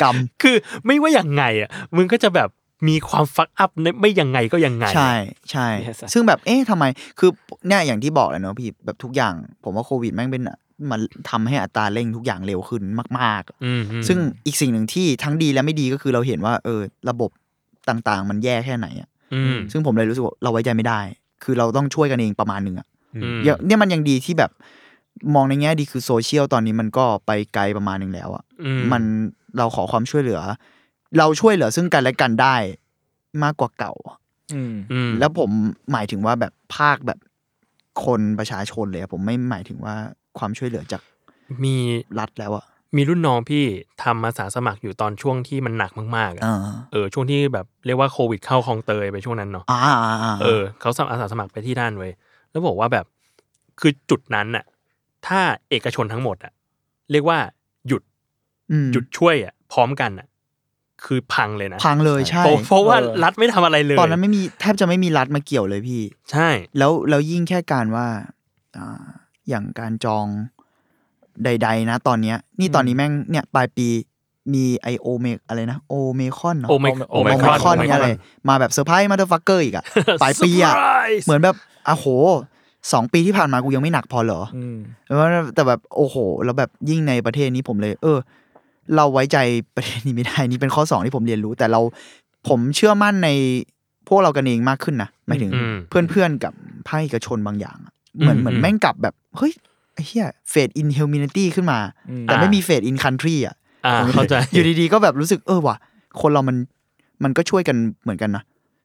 Speaker 3: กรรม
Speaker 2: คือไม่ว่าอย่างไงอ่ะมึงก็จะแบบมีความฟักอัพไม่ยังไงก็ยังไง
Speaker 3: ใช่ใช่
Speaker 5: Yes, sir.
Speaker 3: ซึ่งแบบเอ๊ะทำไม คือเนี่ยอย่างที่บอกแหละเนาะพี่แบบทุกอย่าง ผมว่าโควิดแม่งเป็นมันทำให้อัตราเร่งทุกอย่างเร็วขึ้นมาก ๆ
Speaker 2: อืมอืม
Speaker 3: ซึ่งอีกสิ่งหนึ่งที่ทั้งดีและไม่ดีก็คือเราเห็นว่าเออระบบต่างๆ มันแย่แค่ไหนอะ
Speaker 2: อืม
Speaker 3: ซึ่งผมเลยรู้สึกว่าเราไว้ใจไม่ได้ คือเราต้องช่วยกันเองประมาณหนึ่งอะ
Speaker 2: อืม
Speaker 3: เยอะเนี่ยมันยังดีที่แบบมองในแง่ดีคือโซเชียลตอนนี้มันก็ไปไกลประมาณหนึ่งแล้วอะ
Speaker 2: อื
Speaker 3: มันเราขอความช่วยเหลือ เราช่วยเหลือซึ่งกันและกันได้มากกว่าเก่าอะ
Speaker 5: อืม
Speaker 2: อืม
Speaker 3: แล้วผมหมายถึงว่าแบบภาคแบบคนประชาชนเลยอะผมไม่หมายถึงว่าความช่วยเหลือจาก
Speaker 2: มี
Speaker 3: รัฐแล้วอะ
Speaker 2: มีรุ่นน้องพี่ทำอาสาสมัครอยู่ตอนช่วงที่มันหนักมากๆอะ
Speaker 3: เอ่า
Speaker 2: เออช่วงที่แบบเรียกว่าโควิดเข้าคลองเตยไปช่วงนั้นเนาะ
Speaker 3: อ่าอ่าอ่า
Speaker 2: เออเขาสมัครอาสาสมัครไปที่นั่นเว้ยแล้วบอกว่าแบบคือจุดนั้นน่ะ ถ้าเอกชนทั้งหมดอ่ะ เรียกว่าหยุด
Speaker 3: ม
Speaker 2: หยุดช่วยอ่ะพร้อมกันอ่ะ คือพังเลยนะ
Speaker 3: พังเลยใช่
Speaker 2: เพราะเพราะว่ารัฐไม่ทำอะไรเลย
Speaker 3: ตอนนั้นไม่มีแทบจะไม่มีรัฐมาเกี่ยวเลยพี่
Speaker 2: ใช่
Speaker 3: แล้วแล้วยิ่งแค่การว่าอ่าอย่างการจองใด ๆ นะ ตอนเนี้ย นี่ตอนนี้แม่งเนี่ยปลายปี มีไอโอเมกอะไรนะโอเมคอนเนาะ
Speaker 2: โอเม
Speaker 5: โอไม
Speaker 3: ไม
Speaker 5: ครอน
Speaker 3: คอนเนี่ยอะไรมาแบบเซอร์ไพรส์มาเดอร์ฟักเกอร์อีก อะ ปลายปีอะ
Speaker 2: Surprise
Speaker 3: เหมือนแบบอะโหสองปีที่ผ่านมากูยังไม่หนักพอเหรอ
Speaker 5: อืม
Speaker 3: แต่แบบโอ้โห แล้วแบบยิ่งในประเทศนี้ผมเลย เออ เราไว้ใจประเทศนี้ไม่ได้ นี่เป็นข้อสองที่ผมเรียนรู้ แต่เราผมเชื่อมั่นในพวกเรากันเองมากขึ้นนะหมายถึง
Speaker 2: อืม
Speaker 3: เพื่อนๆกับภาคเอกชนบางอย่างอะเหมือน
Speaker 2: อืม
Speaker 3: เหมือน
Speaker 2: อืม
Speaker 3: แม่งกลับแบบ เฮ้ยไอ้เฮียเฟดอินเฮลมินตี้ขึ้นมา
Speaker 5: อืม
Speaker 3: แต่ไม่มีเฟดอินคันทรีอ่ะ
Speaker 2: อ่าเข้าใจ
Speaker 3: อยู่ดีๆก็แบบรู้สึกเออว่ะคนเรามันมันก็ช่วยกันเหมือนกันนะ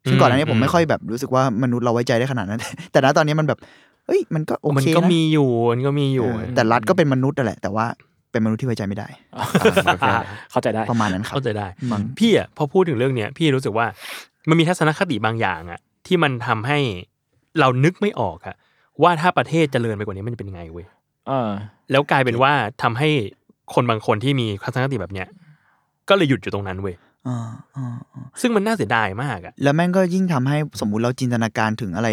Speaker 3: ซึ่งก่อนหน้านี้
Speaker 2: อืม
Speaker 3: ผมไม่
Speaker 2: อืม
Speaker 3: ค่อยแบบรู้สึกว่ามนุษย์เราไว้ใจได้ขนาดนั้น แต่ณตอนนี้มันแบบเอ้ยมันก็โอ
Speaker 2: มัน
Speaker 3: เค
Speaker 2: ก็
Speaker 3: นะ
Speaker 2: มีอยู่มันก็มีอยู่
Speaker 3: เแต่รัฐก็เป็นมนุษย์นั่นแหละ แต่ว่าเป็นมนุษย์ที่ไว้ใจไม่ได้
Speaker 5: อ่า เข้าใจได้
Speaker 3: ประมาณนั้นครับ
Speaker 2: เข้าใจได้
Speaker 3: มั้ง
Speaker 2: พี่อ่ะพอพูดถึงเรื่องเนี้ยพี่รู้สึกว่ามันมีทัศนคติบางอย่างอ่ะ ที่มันทำให้เรานึกไม่ออกอ่ะ ว่าถ้าประเทศเจริญไปกว่านี้มันจะเป็นยังไงเว้ย
Speaker 5: เออ
Speaker 2: แล้วกลายเป็นว่าทำให้คนบางคนที่มีทัศนคติแบบเนี้ยก็เลยหยุดอยู่ตรงนั้นเว้ย
Speaker 3: อ่าอ่าอ่า
Speaker 2: ซึ่งมันน่าเสียดายมากอ่ะ
Speaker 3: แล้วแม่งก็ยิ่งทำให้สมมุติเราจินตนาการถึงอะไร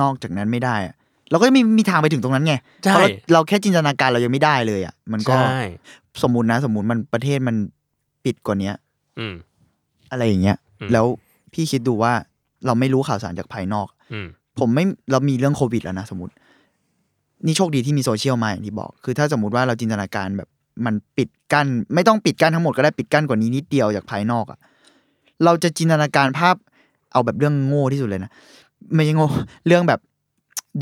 Speaker 3: นอกจากนั้นไม่ได้อะเราก็ไม่มีทางไปถึงตรงนั้นไง
Speaker 2: ใช่
Speaker 3: เพราะเราเราแค่จินตนาการเรายังไม่ได้เลยอ่ะมันก็
Speaker 2: ใช่
Speaker 3: สมมุตินะ สมมุติมันประเทศมันปิดกว่าเนี้ย
Speaker 2: อืม
Speaker 3: อะไรอย่างเงี้ย
Speaker 2: อืม
Speaker 3: แล้วพี่คิดดูว่าเราไม่รู้ข่าวสารจากภายนอก
Speaker 2: อืม
Speaker 3: ผมไม่เรามีเรื่องโควิดแล้วนะสมมติ นี่โชคดีที่มีโซเชียลมาอย่างที่บอก คือถ้าสมมติว่าเราจินตนาการแบบมันปิดกั้นไม่ต้องปิดกั้นทั้งหมดก็ได้ปิดกั้นกว่านี้นิดเดียวจากภายนอกอะ่ะเราจะจินตนาการภาพเอาแบบเรื่องโง่ที่สุดเลยนะไม่ใช่โง่ เรื่องแบบ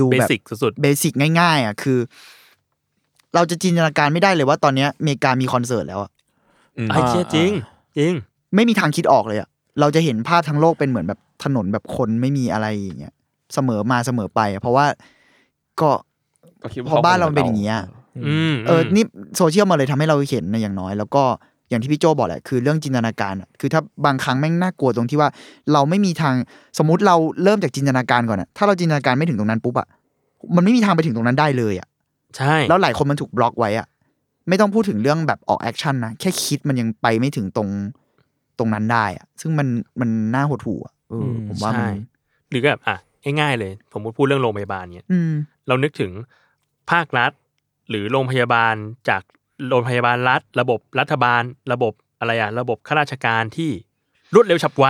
Speaker 3: ดู
Speaker 2: เบ
Speaker 3: แบบ
Speaker 2: สิกสุด
Speaker 3: เบสิกง่าย ๆอ่ะคือ เราจะจินตนาการไม่ได้เลยว่าตอนเนี้ยอเมริกามีคอนเสิร์ตแล้วอะ
Speaker 4: อืม
Speaker 2: ๆไอ้เชี่ยจริง จริง
Speaker 3: ไม่มีทางคิดออกเลยอะเราจะเห็นภาพทั้งโลกเป็นเหมือนแบบถนนแบบคนไม่มีอะไรอย่างเงี้ย เสมอมาเสมอไปอะเพราะว่าก็
Speaker 4: ก็คิดว่า
Speaker 3: เพราะบ้านเรามันเป็นอย่าง
Speaker 4: นี้
Speaker 3: เงี้ย
Speaker 2: อืม
Speaker 3: เออ นี่โซเชียลมาเลยทำให้เราเห็นนะอย่างน้อย แล้วก็อย่างที่พี่โจบอกแหละคือเรื่องจินตนาการอะคือถ้าบางครั้งแม่งน่ากลัวตรงที่ว่า เราไม่มีทางสมมติเราเริ่มจากจินตนาการก่อนอะถ้าเราจินตนาการไม่ถึงตรงนั้นปุ๊บอะมันไม่มีทางไปถึงตรงนั้นได้เลยอะ
Speaker 2: ใช่
Speaker 3: แล้วหลายคนมันถูกบล็อกไว้อะไม่ต้องพูดถึงเรื่องแบบออกแอคชั่นนะ แค่คิดมันยังไปไม่ถึงตรงตรงนั้นได้อะซึ่งมันมันน่าหดหู่อะเอออ
Speaker 5: ม
Speaker 3: ผมว่ามั
Speaker 2: ใช่
Speaker 3: น
Speaker 2: หรือแบบอ่ะง่ายๆเลยผมพูดเรื่องโรงพยาบาลเนี่ย
Speaker 3: อืม
Speaker 2: เรานึกถึงภาครัฐ หรือโรงพยาบาลจากโรงพยาบาลรัฐ ระบบรัฐบาล ระบบอะไรอะระบบข้าราชการที่รวดเร็วฉับไว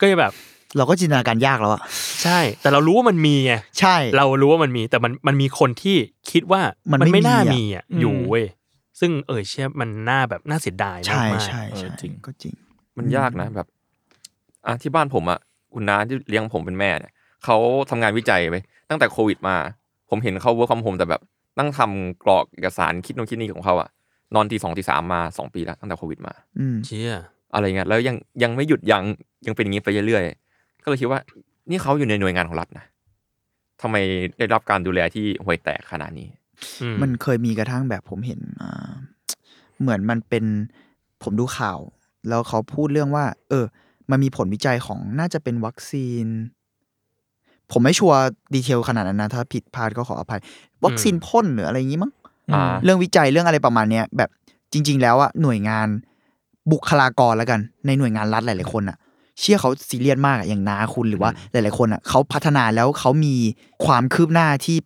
Speaker 2: ก็จะแบบ
Speaker 3: เราก็จินตนาการยากแล้วอะ
Speaker 2: ใช่ แต่เรารู้ว่ามันมีไง
Speaker 3: ใช่
Speaker 2: เรารู้ว่ามันมีแต่มันมันมีคนที่คิดว่า
Speaker 3: มั
Speaker 2: มัน ไม่
Speaker 3: ไม่มี
Speaker 2: น่า
Speaker 3: อะ
Speaker 2: มีอ่ะ
Speaker 5: อืม
Speaker 2: อยู่เว้ยซึ่งเออเชื่อมันน่าแบบน่าเสียดายมาก
Speaker 3: ใช่
Speaker 2: ๆ
Speaker 3: ใช่ใช่
Speaker 5: เออจริง
Speaker 3: ก็จริง
Speaker 4: มันยากนะแบบอ่ะที่บ้านผมอ่ะคุณน้าที่เลี้ยงผมเป็นแม่เนี่ยเขาทำงานวิจัยไปตั้งแต่โควิดมา ผมเห็นเขา work from home แต่แบบนั่งทำกรอกเอกสารคิดโน่นคิดนี่ของเขาอ่ะนอนตีสองตีสามมาสองปีแล้วตั้งแต่โควิดมา
Speaker 3: อืม
Speaker 2: เชี่ย
Speaker 4: อะไรเงี้ยแล้วยังยังไม่หยุดยังยังเป็นอย่างนี้ไปเรื่อยๆก็เลยคิดว่า นี่เขาอยู่ในหน่วยงานของรัฐนะทำไมได้รับการดูแลที่ห่วยแตกขนาดนี้
Speaker 2: อื
Speaker 3: มันเคยมีกระทั่งแบบผมเห็นอ่าเหมือนมันเป็นผมดูข่าว แล้วเขาพูดเรื่องว่า เออ มันมีผลวิจัยของน่าจะเป็นวัคซีน ผมไม่ชัวร์ดีเทลขนาดนั้นนะ ถ้าผิดพลาดก็ขออภัย วัคซีนพ่นหรืออะไรอย่างงี้มั้ง
Speaker 4: อ่า
Speaker 3: เรื่องวิจัยเรื่องอะไรประมาณเนี้ยแบบจริง ๆ แล้วอะหน่วยงานบุคลากรแล้วกัน ในหน่วยงานรัฐหลาย ๆ คนอะเชื่อเขาซีเรียสมากอะอย่างนาคุณหรือว่าหลาย ๆ คนอะเขาพัฒนาแล้วเขามีความคืบหน้าที่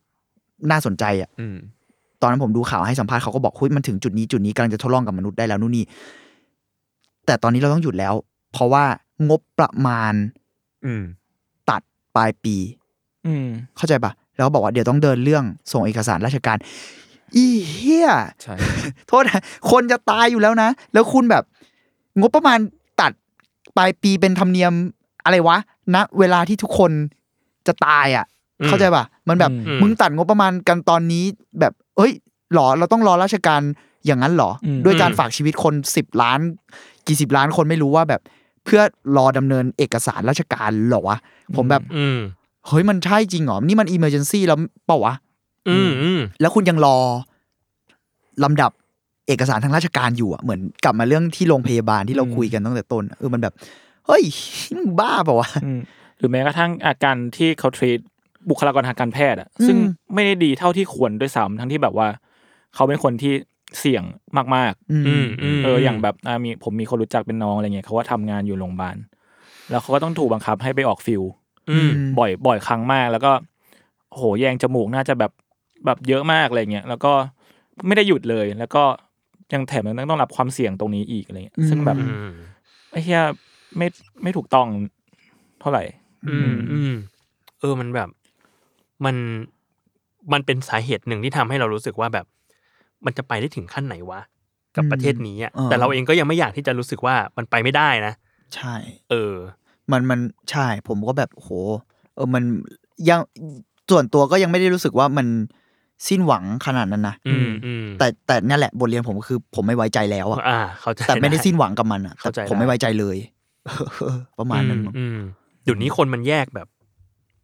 Speaker 3: น่าสนใจอะ
Speaker 4: อืม
Speaker 3: ตอนนั้นผมดูข่าวให้สัมภาษณ์เขาก็บอกคุยมันถึงจุดนี้จุดนี้กำลังจะทดลองกับมนุษย์ได้แล้วนู่นนี่แต่ตอนนี้เราต้องหยุดแล้ว เพราะว่างบประมาณ
Speaker 4: อืม
Speaker 3: ตัดปลายปี
Speaker 5: อืม
Speaker 3: เข้าใจปะแล้วก็บอกว่าเดี๋ยวต้องเดินเรื่องส่งเอกสารราชการ อีเหี้ย
Speaker 4: ใช่
Speaker 3: โทษนะคนจะตายอยู่แล้วนะ แล้วคุณแบบ งบประมาณตัดปลายปีเป็นธรรมเนียมอะไรวะณเวลาที่ทุกคนจะตายอ่ะ
Speaker 2: อืม
Speaker 3: เข้าใจป่ะ มันแบบ
Speaker 2: อืม
Speaker 3: มึงตัดงบประมาณกันตอนนี้ แบบเอ้ยหรอเราต้องรอราชการอย่างนั้นหรอ
Speaker 5: อืม
Speaker 3: ด้วยการ
Speaker 2: อืม
Speaker 3: ฝากชีวิตคนสิบล้าน กี่สิบล้านคนไม่รู้ว่าแบบ เพื่อรอดำเนินเอกสารราชการเหรอวะผมแบบ
Speaker 2: อืม
Speaker 3: เฮ้ยมันใช่จริงเหรอนี่มันอิมเมอร์เจนซี่แล้วเปล่าวะ
Speaker 2: อืมอืม
Speaker 3: แล้วคุณยังรอลำดับเอกสารทางราชการอยู่อะเหมือนกลับมาเรื่องที่โรงพยาบาลที่เราคุยกันตั้งแต่ต้นอะเออมันแบบ เฮ้ย มึงบ้าเปล่าวะ
Speaker 5: อืมหรือแม้กระทั่งอาการที่เขา treat บุคลากรทางการแพทย์อะ
Speaker 3: อืม
Speaker 5: ซึ่งไม่ได้ดีเท่าที่ควรด้วยซ้ำทั้งที่แบบว่า เขาเป็นคนที่เสี่ยงมาก
Speaker 3: อืม
Speaker 2: อืมม
Speaker 5: ๆ เอออย่างแบบอ่ามีผมมีคนรู้จักเป็นน้องอะไรเงี้ยเขาว่าทำงานอยู่โรงพยาบาลแล้วเขาก็ต้องถูกบังคับให้ไปออกฟิล
Speaker 2: อืม
Speaker 5: บ่อยบ่อยครั้งมาก แล้วก็โหแยงจมูกน่าจะแบบแบบเยอะมากอะไรเงี้ยแล้วก็ไม่ได้หยุดเลย แล้วก็ ยังแถมยังต้องรับความเสี่ยงตรงนี้อีกอะไรเงี้ย
Speaker 3: อืม
Speaker 5: ซึ่งแบบ
Speaker 2: อืม
Speaker 5: ไอ้เฮียไม่ไม่ถูกต้องเท่าไหร่
Speaker 2: อืมอืมเออมันแบบมันมันเป็นสาเหตุหนึ่งที่ทำให้เรารู้สึกว่าแบบ มันจะไปได้ถึงขั้นไหนวะ กับประเทศนี้อะ
Speaker 3: อืม
Speaker 2: แต่เราเองก็ยังไม่อยากที่จะรู้สึกว่ามันไปไม่ได้นะ
Speaker 3: ใช่
Speaker 2: เออ
Speaker 3: มันมันใช่ผมก็แบบโหเออมันยังส่วนตัวก็ยังไม่ได้รู้สึกว่ามันสิ้นหวังขนาดนั้นนะ
Speaker 2: อืมอืม
Speaker 3: แต่แต่นั่นแหละบทเรียนผมก็คือผมไม่ไว้ใจแล้วอะ
Speaker 2: อ่า เข้าใจ
Speaker 3: แต่ไม่ได้
Speaker 2: ะ
Speaker 3: สิ้นหวังกับมันอะ
Speaker 2: เข้าใจ
Speaker 3: แต่ผม
Speaker 2: ได้
Speaker 3: ไม่ไว้ใจเลย ประมาณนั้นมั้ง
Speaker 2: อืมอืมเดี๋ยวนี้คนมันแยกแบบ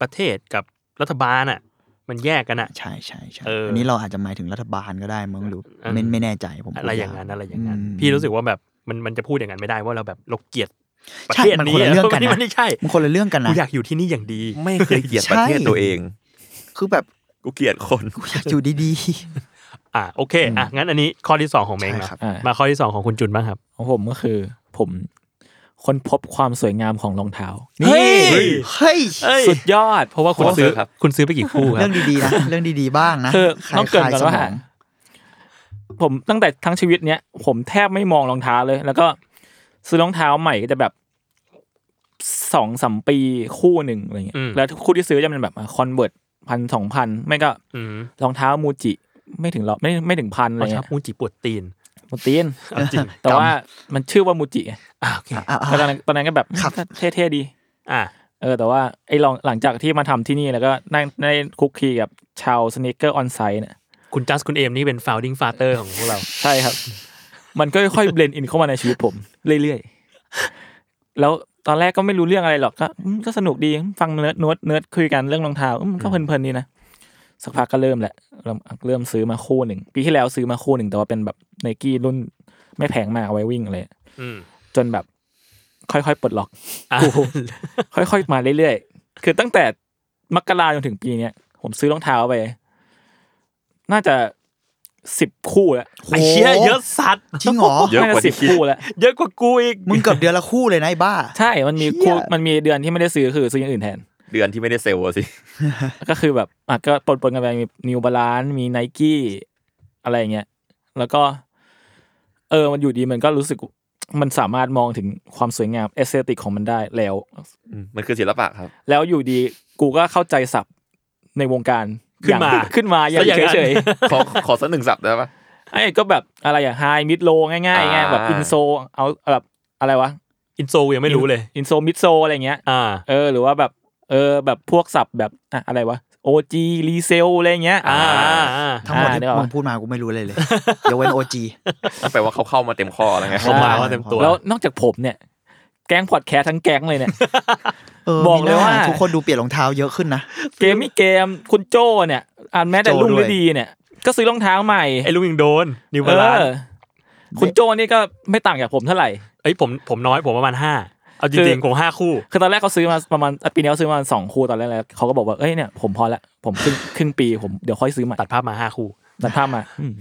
Speaker 2: ประเทศกับรัฐบาลอ่ะ มันแยกกันอ่ะ
Speaker 3: ใช่ใช่ใช่
Speaker 2: เอออั
Speaker 3: อันนี้เราอาจจะหมายถึงรัฐบาลก็ได้มั้งหรือ
Speaker 2: อืม
Speaker 3: ไม่ไม่แน่ใจผมพูด
Speaker 2: อะไรอย่างนั้นอะไรอย่างนั้น
Speaker 3: ม
Speaker 2: พี่รู้สึกว่าแบบมันมันจะพูดอย่างนั้นไม่ได้ว่าเราแบบเราเกลียดประ
Speaker 3: ใช่
Speaker 2: เทศ
Speaker 3: มัน
Speaker 2: นี้
Speaker 3: คนละเรื่องกันนะ
Speaker 2: มัน ไม่ใช่
Speaker 3: มันคนละเรื่องกัน
Speaker 2: กู
Speaker 3: นะ
Speaker 2: อยากอยู่ที่นี่อย่างดี
Speaker 4: ไม่เคยเกลียดประเทศ
Speaker 3: ใช่
Speaker 4: ตัวเอง
Speaker 3: คือแบบ
Speaker 4: กูเกลียดคน
Speaker 3: กูอยากอยู่ดี
Speaker 2: อ่ะโอเคอ่ะงั้นอันนี้ข้อที่สองของเมง
Speaker 3: ใช่
Speaker 2: เนอะ
Speaker 3: ครับ
Speaker 5: อ่าม
Speaker 2: มาข้อที่สองของคุณจุนบ้างครับ
Speaker 5: ของผมก็คือผมค้นพบความสวยงามของรองเท้า
Speaker 3: ๆเฮ้ย
Speaker 2: เฮ้ย
Speaker 3: เฮ้ย
Speaker 5: สุดยอด
Speaker 2: เพราะว่าคุณ
Speaker 4: ขอ
Speaker 2: ซื้อ
Speaker 4: ครับ
Speaker 2: คุณซื้อไปกี่คู่ครั
Speaker 3: เรื่
Speaker 2: บ
Speaker 3: องดีๆนะเรื่องดีๆบ้างนะ
Speaker 5: คือ
Speaker 3: คลาย
Speaker 5: ต้องเกรินก่อน
Speaker 3: คลย
Speaker 5: ว่า
Speaker 3: สมอง
Speaker 5: ผมตั้งแต่ทั้งชีวิตเนี้ยผมแทบไม่มองรองเท้าเลย แล้วก็ซื้อรองเท้าใหม่ก็จะแบบสองสามปีคู่หนึ่งอะไรเงี้ยแล้วทุกคู่ที่ซื้อจะเป็นแบบคอนเวิร์ตพันสองพันไม่ก็
Speaker 2: อืม
Speaker 5: รองเท้ามูจิ ไม่ถึงหรอกไม่ไม่ถึงพันอะไร
Speaker 2: เราชอบ
Speaker 5: เงี้ย
Speaker 2: มูจิปวดตีน
Speaker 5: มูติน
Speaker 2: เอาจริง
Speaker 5: แต่ว่ามันชื่อว่ามูจิไง
Speaker 2: อ่ะโอเค
Speaker 3: อ่ะอ่ะ
Speaker 5: ตอนนั้นตอนนั้นก็แบบ
Speaker 3: ครับ
Speaker 5: เท่ๆดี
Speaker 2: อ่ะ
Speaker 5: เออแต่ว่าไอ้ลองหลังจากที่มาทำที่นี่แล้วก็นั่งได้คุกคีกับชาวสเนคเกอร์ออนไซน์เนี่ย
Speaker 2: คุณจัสคุณเอมนี่เป็น founding father ของพวกเรา
Speaker 5: ใช่ครับ มันก็ค่อยเบลนอินเข้ามาในชีวิตผม เรื่อยๆ แล้วตอนแรกก็ไม่รู้เรื่องอะไรหรอกก็อืมก็สนุกดีฟังเนิร์ดเนิร์ดเนิร์ดคุยกันเรื่องรองเท้าอืมก็เพลินๆดีนะ สักพักก็เริ่มแหละเริ่มเริ่มซื้อมาคู่หนึ่ง ปีที่แล้วซื้อมาคู่หนึ่งแต่ว่าเป็นแบบไนกี้รุ่นไม่แพงมากเอาไว้วิ่งเลย
Speaker 2: อืม
Speaker 5: จนแบบค่อยๆปลดล็อก
Speaker 2: อ่ะ
Speaker 5: ค่อยๆ มาเรื่อยๆ คือตั้งแต่มกราจนถึงปีเนี้ยผมซื้อรองเท้าไป น่าจะสิบคู่แล้ว
Speaker 2: ไอ้เชี่ยเยอะสัตว์
Speaker 3: จริงเหรอ
Speaker 4: เยอะ
Speaker 5: น่าก
Speaker 4: ว่า
Speaker 5: จะ
Speaker 4: ที่
Speaker 5: สิบ
Speaker 4: คิด
Speaker 5: คู่แล้ว
Speaker 2: เยอะกว่ากูอีก
Speaker 3: มึงเกือบเดือนละคู่เลยนะไอ้บ้า
Speaker 5: ใช่ มันมีคู่
Speaker 3: เชี่ย
Speaker 5: มันมีเดือนที่ไม่ได้ซื้อคือซื้ออย่างอื่นแทน
Speaker 4: เดือนที่ไม่ได้เซลล์อะสิ
Speaker 5: ก็คือแบบอ่ะก็ปนๆกันไปมีนิวบาลานมีไนกี้อะไรอย่างเงี้ย แล้วก็ เออ มันอยู่ดีมันก็รู้สึก มันสามารถมองถึงความสวยงามเอสเตติกของมันได้แล้ว
Speaker 4: อืมมันคือศิลปะครับ
Speaker 5: แล้วอยู่ดีกูก็เข้าใจศัพท์ในวงการ
Speaker 2: ขึ้นมา
Speaker 5: อย่งขึ้นมาอย่าง
Speaker 2: ซะอย่างนั้น
Speaker 5: เฉย
Speaker 4: ขอขอสักหนึ่งสับได้ปะ
Speaker 5: ๆไอ้ก็แบบอะไรอย่างไฮมิดโลง่ายๆไงแบบ
Speaker 4: อ่า
Speaker 5: อินโซเอาแบบอะไรวะ
Speaker 2: อินโซยังไม่รู้เลย
Speaker 5: อินโซมิดโซอะไรเงี้ย
Speaker 2: อ่า
Speaker 5: เออหรือว่าแบบเออแบบพวกศัพท์แบบอะอะไรวะโอจีรีเซลอะไรเงี้ย
Speaker 2: อ่าอ่า
Speaker 3: ทั้งหมด
Speaker 5: อ่า
Speaker 3: ที่
Speaker 5: นึกออก
Speaker 3: มึงพูดมากูไม่รู้เลยเลยยกเว้นโอจี
Speaker 4: นั่นแปลว่าเขาเข้ามาเต็มคอแล้วไง
Speaker 2: เข้ามาว่าเต็มตัว
Speaker 5: แล้วนอกจากผมเนี่ย แก๊งพอดแคสต์ทั้งแก๊งเลยเนี่ย
Speaker 3: เออ
Speaker 5: บอกเลยว่า
Speaker 3: มีหน้ทุกคนดูเปลี่ยนรองเท้าเยอะขึ้นนะ
Speaker 5: เกมมี่เกมคุณโจ้เนี่ยอ่านแม้แต่
Speaker 3: โจ้
Speaker 5: ลุงฤ
Speaker 3: ด้วย
Speaker 5: ดีเนี่ย ก็ซื้อรองเท้าใหม่
Speaker 2: ไอ้ลุงยังโดนนิ
Speaker 5: เอบ
Speaker 2: วาลาน
Speaker 5: อคุณโจ้นี่ก็ไม่ต่างจากผมเท่าไหร่
Speaker 2: เอ้ยผมผมน้อยผมประมาณห้าเอาจ
Speaker 5: คื
Speaker 2: ริง
Speaker 5: อ
Speaker 2: ๆผมห้าคู่
Speaker 5: คือตอนแรกเขาซื้อมาประมาณปีนี้เขาซื้อมาสองคู่ตอนแรกแล้วเขาก็บอกว่าเอ้ยเนี่ยผมพอละผมครึ่ง ครึ่งปีผมเดี๋ยวค่อยซื้อใหม่
Speaker 2: ตัดภาพมาห้าคู่
Speaker 5: ตัดภาพมาอืม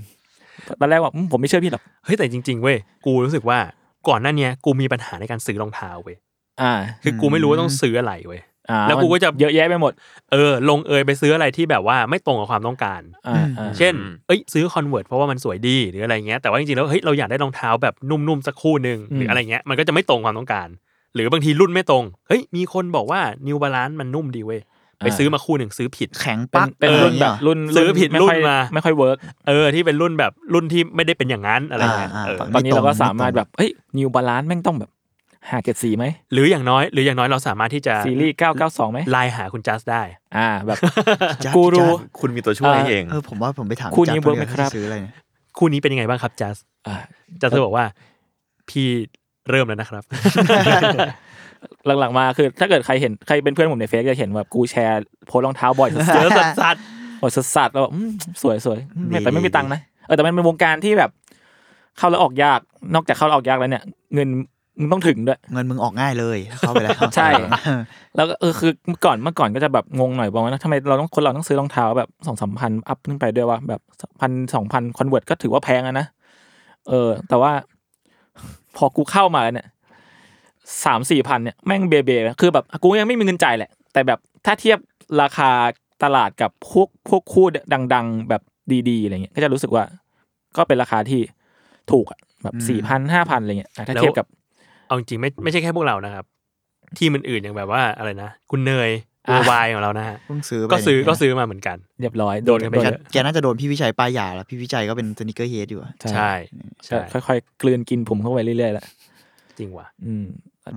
Speaker 5: ตอนแรกว่าอืมผมไม่เชื่อพี่หรอก
Speaker 2: เฮ้ยแต่จริง ๆ เว้ย กูรู้สึกว่าก่อนหน้าเนี้ยกูมีปัญหาในการซื้อรองเท้าเว้ย
Speaker 5: อ่า
Speaker 2: คือกูไม่รู้ว่าต้องซื้ออะไรเว้ย
Speaker 5: อ่า
Speaker 2: แล้วกูก็จะ
Speaker 5: มันเยอะแยะไปหมด
Speaker 2: เออ ลงเอยไปซื้ออะไรที่แบบว่าไม่ตรงกับความต้องการ
Speaker 5: อ่าอ่า
Speaker 2: เช่น
Speaker 4: อืม
Speaker 2: เอ้ยซื้อคอนเวิร์ตเพราะว่ามันสวยดีหรืออะไรเงี้ย แต่ว่าจริงๆแล้วเฮ้ยเราอยากได้รองเท้าแบบนุ่มๆสักคู่หนึ่งหรืออะไรเงี้ยมันก็จะไม่ตรงความต้องการ หรือบางทีรุ่นไม่ตรง เฮ้ยมีคนบอกว่านิวบาลานมันนุ่มดีเว้ยไปซื้อมาคู่หนึ่งซื้อผิด
Speaker 3: แข็งปัก
Speaker 5: เป็น
Speaker 3: อะไร
Speaker 5: รุ่นแบ
Speaker 3: เงี้ย
Speaker 5: บรุ่น
Speaker 2: ซื้อผิด
Speaker 5: ไม่
Speaker 2: รุ่น
Speaker 5: ค่อย
Speaker 2: มา
Speaker 5: ไม่ค่อยเวิร์ก
Speaker 2: เออที่เป็นรุ่นแบบรุ่นที่ไม่ได้เป็นอย่างนั้นอะไรเงี้ย
Speaker 3: า
Speaker 2: เออ
Speaker 3: ฝั่ง
Speaker 5: ตอนนี้
Speaker 3: ไม่
Speaker 5: เราก็สามารถ
Speaker 3: ไตง
Speaker 5: แบบเอ้ยนิวบาลานแม่งต้องแบบห้าเจ็ดสี่ไหม
Speaker 2: หรืออย่างน้อย หรืออย่างน้อยเราสามารถที่จะ
Speaker 5: ซีรีส์เก้าเก้าสองไหม
Speaker 2: ไลน์หาคุณจัสได้
Speaker 5: อ่าแบบ
Speaker 3: จัด
Speaker 5: กูรู
Speaker 3: จัด
Speaker 4: คุณมีตัวช่วยให้เอง
Speaker 3: เออผมว่าผมไปถาม
Speaker 5: คู่นี้
Speaker 3: จัด
Speaker 5: เวิร์กไหม
Speaker 3: ขา
Speaker 5: ครับ
Speaker 3: จะซื้ออะไรเนี่ย
Speaker 2: คู่นี้เป็นยังไงบ้างครับจัส
Speaker 5: อ่า
Speaker 2: จัสเธอบอกว่าพี่เริ่มแล้วนะครับ
Speaker 5: หลังๆมาคือ ถ้าเกิดใครเห็นใครเป็นเพื่อนผมในเฟซจะเห็นแบบกูแชร์โพสต์รองเท้าบ่อยสัส
Speaker 2: เจอสัตว์สัตว์
Speaker 5: บ่อยสัสๆแล้วแบบอืมสวยสวยๆไม่แต่ไม่มีตังค์นะเออแต่มันเป็นวงการที่แบบ เข้าแล้วออกยากนอกจากเข้าแล้วออกยากแล้วเนี่ย เงินมึงต้องถึงด้วย
Speaker 3: เงินมึงออกง่ายเลยถ้าเข้าไปแล้ว
Speaker 5: ใช่
Speaker 3: เออ
Speaker 5: แล้วก็เออคือเมื่อก่อนเมื่อก่อนก็จะแบบงงหน่อยบอกว่าทำไมเราต้องคนเราต้องซื้อรองเท้าแบบสองสามพันอัพขึ้นไปด้วยว่าแบบพันสองพันคอนเวิร์ตก็ถือว่าแพงอะนะเออ แต่ว่า พอกูเข้ามาแล้วเนี่ยสามสี่พันเนี่ยแม่งเบเบนะคือแบบกูยังไม่มีเงินจ่ายแหละ แต่แบบถ้าเทียบราคาตลาดกับพวกพวกคู่ดัง ๆ แบบดีๆอะไรเงี้ยก็จะรู้สึกว่า ก็เป็นราคาที่ ถูกอะแบบ
Speaker 3: อืม
Speaker 5: สี่พันห้าพันอะไรเงี้ยอ่ะถ้า
Speaker 2: แล้ว
Speaker 5: เทียบกับ
Speaker 2: เอาจริงๆไม่ไม่ใช่แค่พวกเรานะครับ ทีมอื่นๆอย่างแบบว่าอะไรนะ คุณเนย
Speaker 5: อ่ะ
Speaker 2: วายของเรานะฮะ
Speaker 3: เพิ่งซื้อไป
Speaker 2: ก็ซื้อ
Speaker 3: เนี่ย
Speaker 2: ก็ซื้อมาเหมือนกัน
Speaker 5: เรียบร้อยโดนกันไปเย
Speaker 3: แก
Speaker 2: โด
Speaker 5: อะ
Speaker 3: แกน่าจะโดนพี่วิชัยป้ายยาแล้ว พี่วิชัยก็เป็นสนิเกอร์เฮดอยู่อะ
Speaker 2: ใช่ใช่
Speaker 5: ก็ค่อยๆกลืนกินผมเข้าไปเรื่อยๆแหละ
Speaker 2: จริงว่ะ
Speaker 5: อืม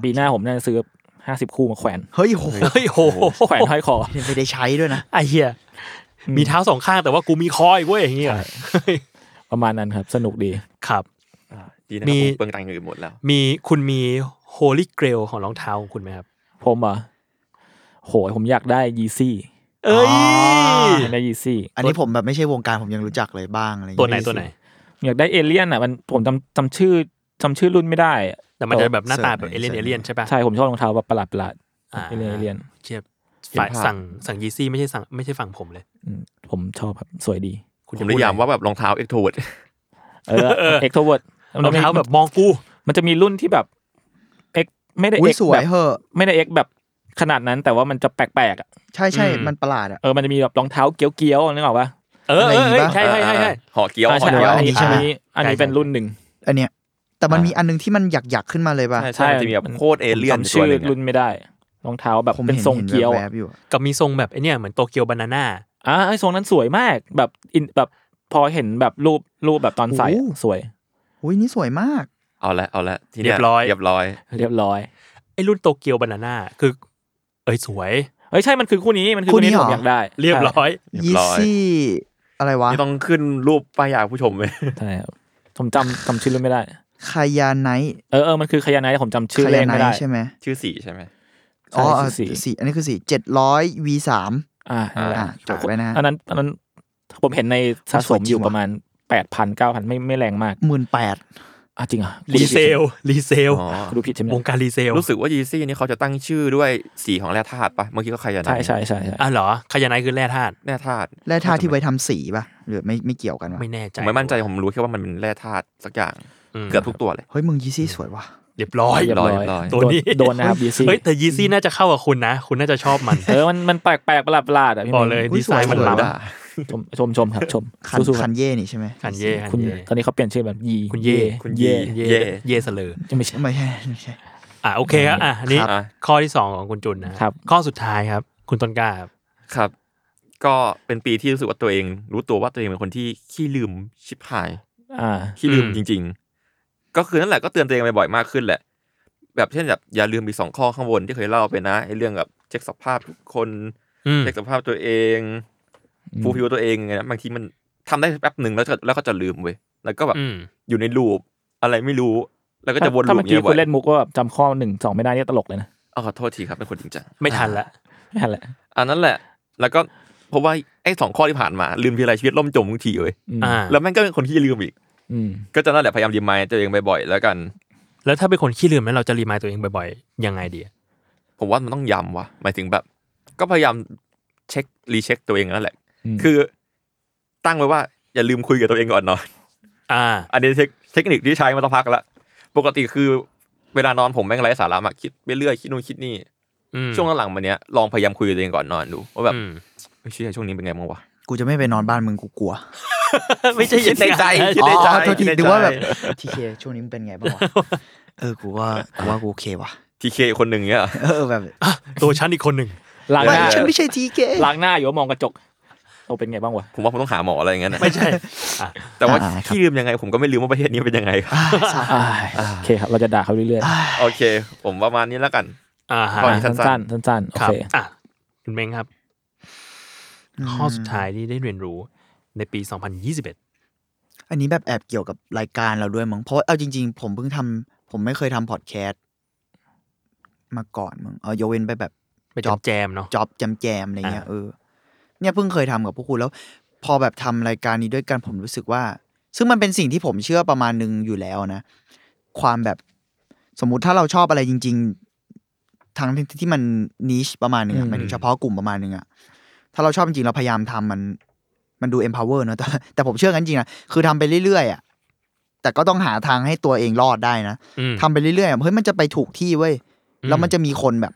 Speaker 5: ปีหน้าผมน่าจะซื้อห้าสิบคู่มาแขวน
Speaker 3: เฮ้ยโห
Speaker 2: เฮ้ยโห
Speaker 5: แขวนห้อยคอ
Speaker 3: ไม่ได้ใช้ด้วยนะ
Speaker 2: ไอเหี้ยมีเท้าสองข้างแต่ว่ากูมีคออีกเว้ยอย่างเงี้ย
Speaker 5: ใช่ ประมาณนั้นครับ สนุกดี
Speaker 2: ครับ
Speaker 4: ดีนะครับ
Speaker 2: มี
Speaker 4: ผมเปลืองตังค์อย่างอื่นหมดแล้ว
Speaker 2: มีคุณมี holy grail ของรองเท้าของคุณไหมครับ
Speaker 5: ผมเหรอ่ะโหยผมอยากได้ยีซี่
Speaker 2: เอ้ย
Speaker 5: อยากได้ยีซี่
Speaker 3: อันนี้ผมแบบไม่ใช่วงการผมยังรู้จักเลยบ้างอะไรอย่าง
Speaker 2: ตัว
Speaker 3: เงี้ย
Speaker 2: ไหนตัวไหน
Speaker 5: อยากได้เอเลี่ยนอ่ะมันผมจำจำชื่อจำชื่อรุ่นไม่ได้อะ
Speaker 2: แต่มันจะแบบหน้าตาแบบเอเลียนเอเลียนใช่ปะ
Speaker 5: ใช่ผมชอบรองเท้าแบบประหลาดประหลาด
Speaker 2: า
Speaker 5: เอเลี่ยนเอเลี่ยน
Speaker 2: เชียบฝ่าย
Speaker 4: เห็นภาพ
Speaker 2: สั่งสั่งยีซี่ไม่ใช่สั่งไม่ใช่ฝั่งผมเลย
Speaker 5: อืมผมชอบครับสวยดี
Speaker 2: คุณ
Speaker 4: ผม
Speaker 2: จะ
Speaker 4: นิ
Speaker 2: พูด
Speaker 4: ยาม
Speaker 2: อะไร
Speaker 4: ว่าแบบรองเท้าเอ็กโทเวิร์ด
Speaker 5: เออ เอ็กโทเวิร์ด
Speaker 2: รองเท้าแบบมองกู
Speaker 5: มันจะมีรุ่นที่แบบเอ็กไม่ได้
Speaker 3: อุ้
Speaker 5: เอ็
Speaker 3: ย
Speaker 5: ก
Speaker 3: สว
Speaker 5: แบ
Speaker 3: ย
Speaker 5: บ
Speaker 3: เหอะ
Speaker 5: ไม่ได้เอ็กแบบขนาดนั้นแต่ว่ามันจะแปลกๆอะ
Speaker 3: ใช่ใช่
Speaker 2: อืม
Speaker 3: มันประหลาดอ่ะ
Speaker 5: เออมันจะมีแบบรองเท้าเกี้ยวๆนึกออกปะ
Speaker 2: เออเออเออ
Speaker 3: อะไรอย่างงี้ปะ
Speaker 2: ใช่ใช่ใช่ใช่
Speaker 4: ห่อเกี๊ยว
Speaker 5: อ่า
Speaker 4: ห่อ
Speaker 5: ใช่
Speaker 4: เกี๊ยว
Speaker 5: อันนี้
Speaker 3: ใช่ไหม
Speaker 5: อันนี้อันนี้เป็นรุ่นหนึ่ง
Speaker 3: อันเนี้ย แต่มัน
Speaker 4: อ่ามี
Speaker 3: มีอันนึงที่มันหยักหยักๆขึ้นมาเลยป่ะ
Speaker 4: ใช่ใช่มันจะมีแบบโคตรเอเลี่ยน
Speaker 5: ผมจำ
Speaker 4: ตัว
Speaker 5: ชื่อ
Speaker 4: หนึ่ง
Speaker 5: รุ่น
Speaker 4: อะ
Speaker 5: ไม่ได้รองเท้าแบบ
Speaker 3: ผม
Speaker 5: เป็น
Speaker 3: เห็น
Speaker 5: ทรงเกียว
Speaker 3: ห็นแวบๆอยู่อะ
Speaker 2: กับมีทรงแบบไอเนี่ยเหมือนโตเกียวบานาน่า
Speaker 5: อ่ะไอ้ทรงนั้นสวยมากแบบอินแบบพอเห็นแบบรูปรูปแบบตอนใส่อะสวย
Speaker 3: อุ้ยนี่สวยมาก
Speaker 4: เอาละเอาละที
Speaker 2: เรี
Speaker 4: เนี้
Speaker 2: ยบร้อย
Speaker 4: เรียบร้อย
Speaker 5: เรียบร้อย
Speaker 2: ไอรุ่นโตเกียวบานาน่าคือ เอ้ยสวย
Speaker 5: เอ้ยใช่มันคือคู่นี้มันคือคู่นี้ที่ผมอยากได้
Speaker 2: เรียบร้อย
Speaker 4: เรียบร้อย
Speaker 3: ยีซี่อะไรวะ
Speaker 4: นี่ต้องขึ้นรูปป้ายยาผู้ชมเลย
Speaker 5: ใช่ครับผมจำจำชื่อรุ่นไม่ได้
Speaker 3: คายาไนท์
Speaker 5: เออเออมันคือขยานไนท์แต่ผมจำชื่อเลยข
Speaker 3: คาาไน
Speaker 5: ไม่ได้
Speaker 3: ท์ใช่ไหม
Speaker 4: ชื่อสีใช่ไหม
Speaker 3: อ๋อ
Speaker 5: ใช่คือสี
Speaker 3: สีอันนี้คือสีเจ็ดร้อย V สาม
Speaker 5: อ่านั่นแหละ
Speaker 3: อ่ะจดไว้นะ
Speaker 5: อันนั้นอันนั้นผมเห็นในสะสมอยู่ประมาณแปดพันเก้าพันไม่ไม่แรงมาก
Speaker 3: หมื่นแปด
Speaker 5: อ่ะจริงเหรอ่ะ
Speaker 2: รีเซล รีเซล
Speaker 4: อ๋อ
Speaker 5: ดูผิดใช่ไหม
Speaker 2: วงการรีเซล
Speaker 4: รู้สึกว่ายีซี่นี่เขาจะตั้งชื่อด้วยสีของแร่ธาตุปะเมื่อกี้ก็ใครจะ
Speaker 5: ใช่ใช่ใช่ใช่
Speaker 2: อ่ะเหรอขยานไอคือแร่ธาตุ
Speaker 4: แร่ธาตุ
Speaker 3: แร่ธาตุที่ไว้ทำสีป่ะหรือไม่ไม่เกี่ยวกันวะ
Speaker 2: ไม่แน่ใจ
Speaker 4: ผมไม่มั่นใจผมรู้แค่ว่ามันเป็นแร่ธาตุสักอย่าง
Speaker 2: อืม
Speaker 4: เกือบทุกตัวเลย
Speaker 3: เฮ้ยมึงยีซี่สวยว่ะ
Speaker 2: เรียบร้อย
Speaker 4: เรียบร้อย
Speaker 2: ตัวนี้
Speaker 5: โดนนะครับดีซี่
Speaker 2: เฮ้ยแต่ยีซี่น่าจะเข้ากับคุณนะ คุณน่าจะชอบมัน
Speaker 5: เออ มัน มันแปลกแปลกประหลาดประหลาดอ่ะพี่
Speaker 2: บ
Speaker 5: ม
Speaker 2: อก
Speaker 5: ง
Speaker 2: เลย
Speaker 3: อุ๊
Speaker 2: ดี
Speaker 3: ย
Speaker 2: ไซน์
Speaker 3: สวย
Speaker 2: มันล้
Speaker 4: ด่า
Speaker 5: ชมชมชมครับ ชม
Speaker 3: คัน
Speaker 5: สู้ๆค
Speaker 3: คั
Speaker 5: รับ
Speaker 3: นเย่นี่ใช่ไหม
Speaker 2: ำคันเย่คั
Speaker 5: คุณ
Speaker 2: นเย่
Speaker 5: ตอนนี้เขาเปลี่ยนชื่อแบบยี
Speaker 2: คุณเย่
Speaker 5: คุณเย่
Speaker 2: เย่เย่เสลอ
Speaker 5: ยังไม่ใช่
Speaker 3: ไม่ใช่ไม่ใช่
Speaker 2: อ่ะโอเคครับอ่ะอันนี้
Speaker 4: อ่ะ
Speaker 2: ข้อที่สองของคุณจุนนะครับ ข้อสุดท้ายครับ คุณต้นกล้าครับ
Speaker 4: ครับ ก็เป็นปีที่รู้สึกว่าตัวเอง รู้ตัวว่าตัวเองเป็นคนที่ขี้ลืมชิบหาย
Speaker 5: อ่า
Speaker 4: ขี้ลืม
Speaker 2: อืม
Speaker 4: จริง ๆ ก็คือนั่นแหละก็เตือนตัวเองบ่อยๆมากขึ้นแหละ แบบเช่นแบบอย่าลืมอีกสองข้อข้างบนที่เคยเล่าไปนะไอ้เรื่องแบบเช็คสภาพทุกคน
Speaker 2: อืม
Speaker 4: เช็คสภาพตัวเอง
Speaker 5: อืม
Speaker 4: ฟูลฟิวตัวเองไงนะบางทีมันทำได้แป๊บหนึ่งแล้วก็แล้วก็จะลืมเว้ยแล้วก็แบบ
Speaker 2: อืมอยู่
Speaker 4: อยู่ในลูปอะไรไม่รู้ แล้วก็จะวน
Speaker 5: ถ้า
Speaker 4: ลูป
Speaker 5: เมื่อกี้
Speaker 4: เงี้ยบ่
Speaker 5: คุ
Speaker 4: อ
Speaker 5: ณ
Speaker 4: ย
Speaker 5: เล่นมุกว่าแบบจำข้อหนึ่งสองไม่ได้เนี่ยตลกเลยนะ
Speaker 4: อ๋อขอโทษทีครับเป็นคนจริงจัง
Speaker 2: ไม่ทันละ
Speaker 5: ไม่ทันแหละ
Speaker 4: อันนั้นแหละ แล้วก็เพราะว่าไอ้สองข้อที่ผ่านมาลืมทีไรชีวิตล่มจมทุกทีเว้ย
Speaker 5: อืม
Speaker 2: อ่า
Speaker 4: แล้วแม่งก็เป็นคนที่ลืมอีก
Speaker 5: อืม
Speaker 4: ก็จะนั่นแหละพยายามรีมายตัวเองบ่อยๆแล้วกัน
Speaker 2: แล้วถ้าเป็นคนขี้ลืมแล้วเราจะรีมายตัวเองบ่อยๆ ยังไงดีอะ
Speaker 4: ผมว่ามันต้องย้ำว่ะหมายถึงแบบ ก็พยายามเช็ครีเช็คตัวเองนั่นแหละ
Speaker 5: ม
Speaker 4: คือตั้งไว้ว่าอย่าลืมคุยกับตัวเองก่อนนอน
Speaker 2: อ่า
Speaker 4: อันนี้เทคเทคนิคที่ใช้มาสักพักละปกติคือเวลานอนผมแม่งไร้สาระมากคิดไปเรื่อยคิดนู่นคิดนี่
Speaker 2: อืม
Speaker 4: ช่วงหลังๆมาเนี้ยลองพยายามคุยกับตัวเองก่อนนอนดูว่าแบบ
Speaker 2: อืม
Speaker 4: เฮ้ยเชี่ยช่วงนี้เป็นไงบ้างวะ
Speaker 3: กูจะไม่ไปนอนบ้านมึงกูกลัว
Speaker 2: ไม่ใช่
Speaker 4: คิดใน ใจ
Speaker 2: อย่างนั้น
Speaker 4: คิดในใจ
Speaker 3: อ๋อโทษที
Speaker 4: ไม่ได้
Speaker 3: ดูว่าแบบ
Speaker 4: ใจ
Speaker 3: ทีเคช่วงนี้มึงเป็นไงบ้างวะ เออกูว่ากูว่ากูโอเควะ
Speaker 4: ทีเคคนหนึ่งเนี้ย
Speaker 3: เออแบบ
Speaker 2: ตัวฉันอีกคนหนึ่ง
Speaker 5: ล้างห
Speaker 3: ไม่
Speaker 5: น้า
Speaker 3: ฉันไม่ใช่ทีเค
Speaker 5: ล้างหน้าอยู่ว่ามองกระจกเราเป็นไงบ้างวะ
Speaker 4: ผมว่าผมต้องหาหมออะไรอย่างเงี้ยนะ
Speaker 2: ไม่ใช่
Speaker 4: แต่ว่าขี้ลืมยังไง ผมก็ไม่ลืมว่าประเทศนี้เป็นยังไงครับ
Speaker 5: อ่าโอเคครับ เราจะด่าเขาเรื่อย
Speaker 4: โอเค ผมประมาณนี้แล้วกัน
Speaker 2: อ่าฮะ
Speaker 5: ๆ
Speaker 4: ก่อน
Speaker 5: อ่าสั้นๆสั้นๆโอ
Speaker 2: ครับ
Speaker 5: เค
Speaker 2: อ่ะคุณเม้งครับ ข้อสุดท้ายที่ได้เรียนรู้ในปี 2021
Speaker 3: อันนี้แบบแอบเกี่ยวกับรายการเราด้วยมั้งเพราะว่าเอาจริง ๆ ผมเพิ่งทำผมไม่เคยทำพอดแคสต์มาก่อนมึงเอายกเว้นไปแบบ
Speaker 2: ไปจอบแจมเนาะ
Speaker 3: จ็อบจำแจมอะไรเงี้ย
Speaker 2: อ่า
Speaker 3: เออเนี่ยเพิ่งเคยทำกับพวกคุณแล้ว พอแบบทำรายการนี้ด้วยกันผมรู้สึกว่า ซึ่งมันเป็นสิ่งที่ผมเชื่อประมาณนึงอยู่แล้วนะ ความแบบสมมุติถ้าเราชอบอะไรจริง ๆทางที่ที่มันนิชประมาณนึงอะหมันเฉพาะกลุ่มประมาณนึงอะถ้าเราชอบจริงๆเราพยายามทำมัน มันดู empower เนอะ แต่แต่ผมเชื่อกันจริงนะคือทำไปเรื่อยๆอะแต่ก็ต้องหาทางให้ตัวเองรอดได้นะ
Speaker 2: อืม
Speaker 3: ทำไปเรื่อยๆอะเฮ้ยมันจะไปถูกที่เว้ย
Speaker 2: อืม
Speaker 3: แล้วมันจะมีคนแบบ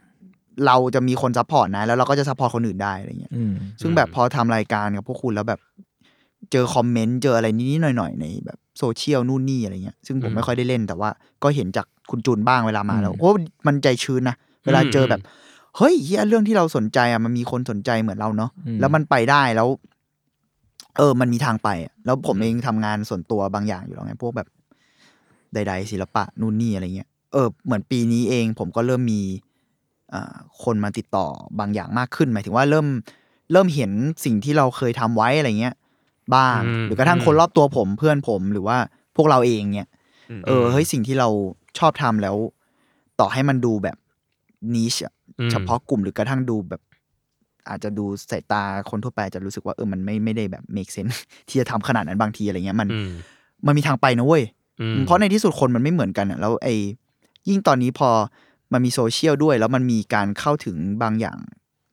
Speaker 3: เราจะมีคนซัพพอร์ตนะ แล้วเราก็จะซัพพอร์ตคนอื่นได้อะไรเงี้ย
Speaker 5: อืม
Speaker 3: ซึ่งแบบพอทำรายการกับพวกคุณแล้วแบบ เจอคอมเมนต์เจออะไรนิดๆหน่อยๆ ในแบบโซเชียลนู่นนี่อะไรเงี้ยซึ่งผ
Speaker 2: อื
Speaker 3: ม
Speaker 2: ม
Speaker 3: ไม่ค่อยได้เล่นแต่ว่าก็เห็นจากคุณจูนบ้างเวลามาแล้ว
Speaker 5: อืม
Speaker 3: โอ้มันใจชื้นนะ เวลาเจอแบบ เฮ้ยเฮียเรื่องที่เราสนใจอ่ะมันมีคนสนใจเหมือนเราเนาะ
Speaker 5: อืม
Speaker 3: แล้วมันไปได้แล้ว เออ มันมีทางไปอะแล้วผมเองทำงานส่วนตัวบางอย่างอยู่แล้วไงพวกแบบ ใด ๆ ศิลปะนู่นนี่อะไรเงี้ยเออเหมือนปีนี้เอง ผมก็เริ่มมีอ่าคนมาติดต่อบางอย่างมากขึ้น หมายถึงว่าเริ่ม เริ่มเห็นสิ่งที่เราเคยทำไว้อะไรเงี้ยบ้าง
Speaker 2: อืม
Speaker 3: หรือกระทั่งคนรอบตัวผมเพื่อนผมหรือว่าพวกเราเองเนี่ย
Speaker 4: ม
Speaker 3: เออเฮ้ยสิ่งที่เราชอบทำแล้ว ต่อให้มันดูแบบนิช
Speaker 2: อืม
Speaker 3: เฉพาะกลุ่มหรือกระทั่งดูแบบ อาจจะดูสายตาคนทั่วไปอาจจะรู้สึกว่าเออมันไม่ไม่ได้แบบ make sense ที่จะทำขนาดนั้นบางทีอะไรเงี้ยมัน
Speaker 2: อืม
Speaker 3: มันมีทางไปนะเว้ย
Speaker 2: อืม
Speaker 3: เพราะในที่สุดคนมันไม่เหมือนกันอะแล้วไอ้ยิ่งตอนนี้พอมันมีโซเชียลด้วย แล้วมันมีการเข้าถึงบางอย่าง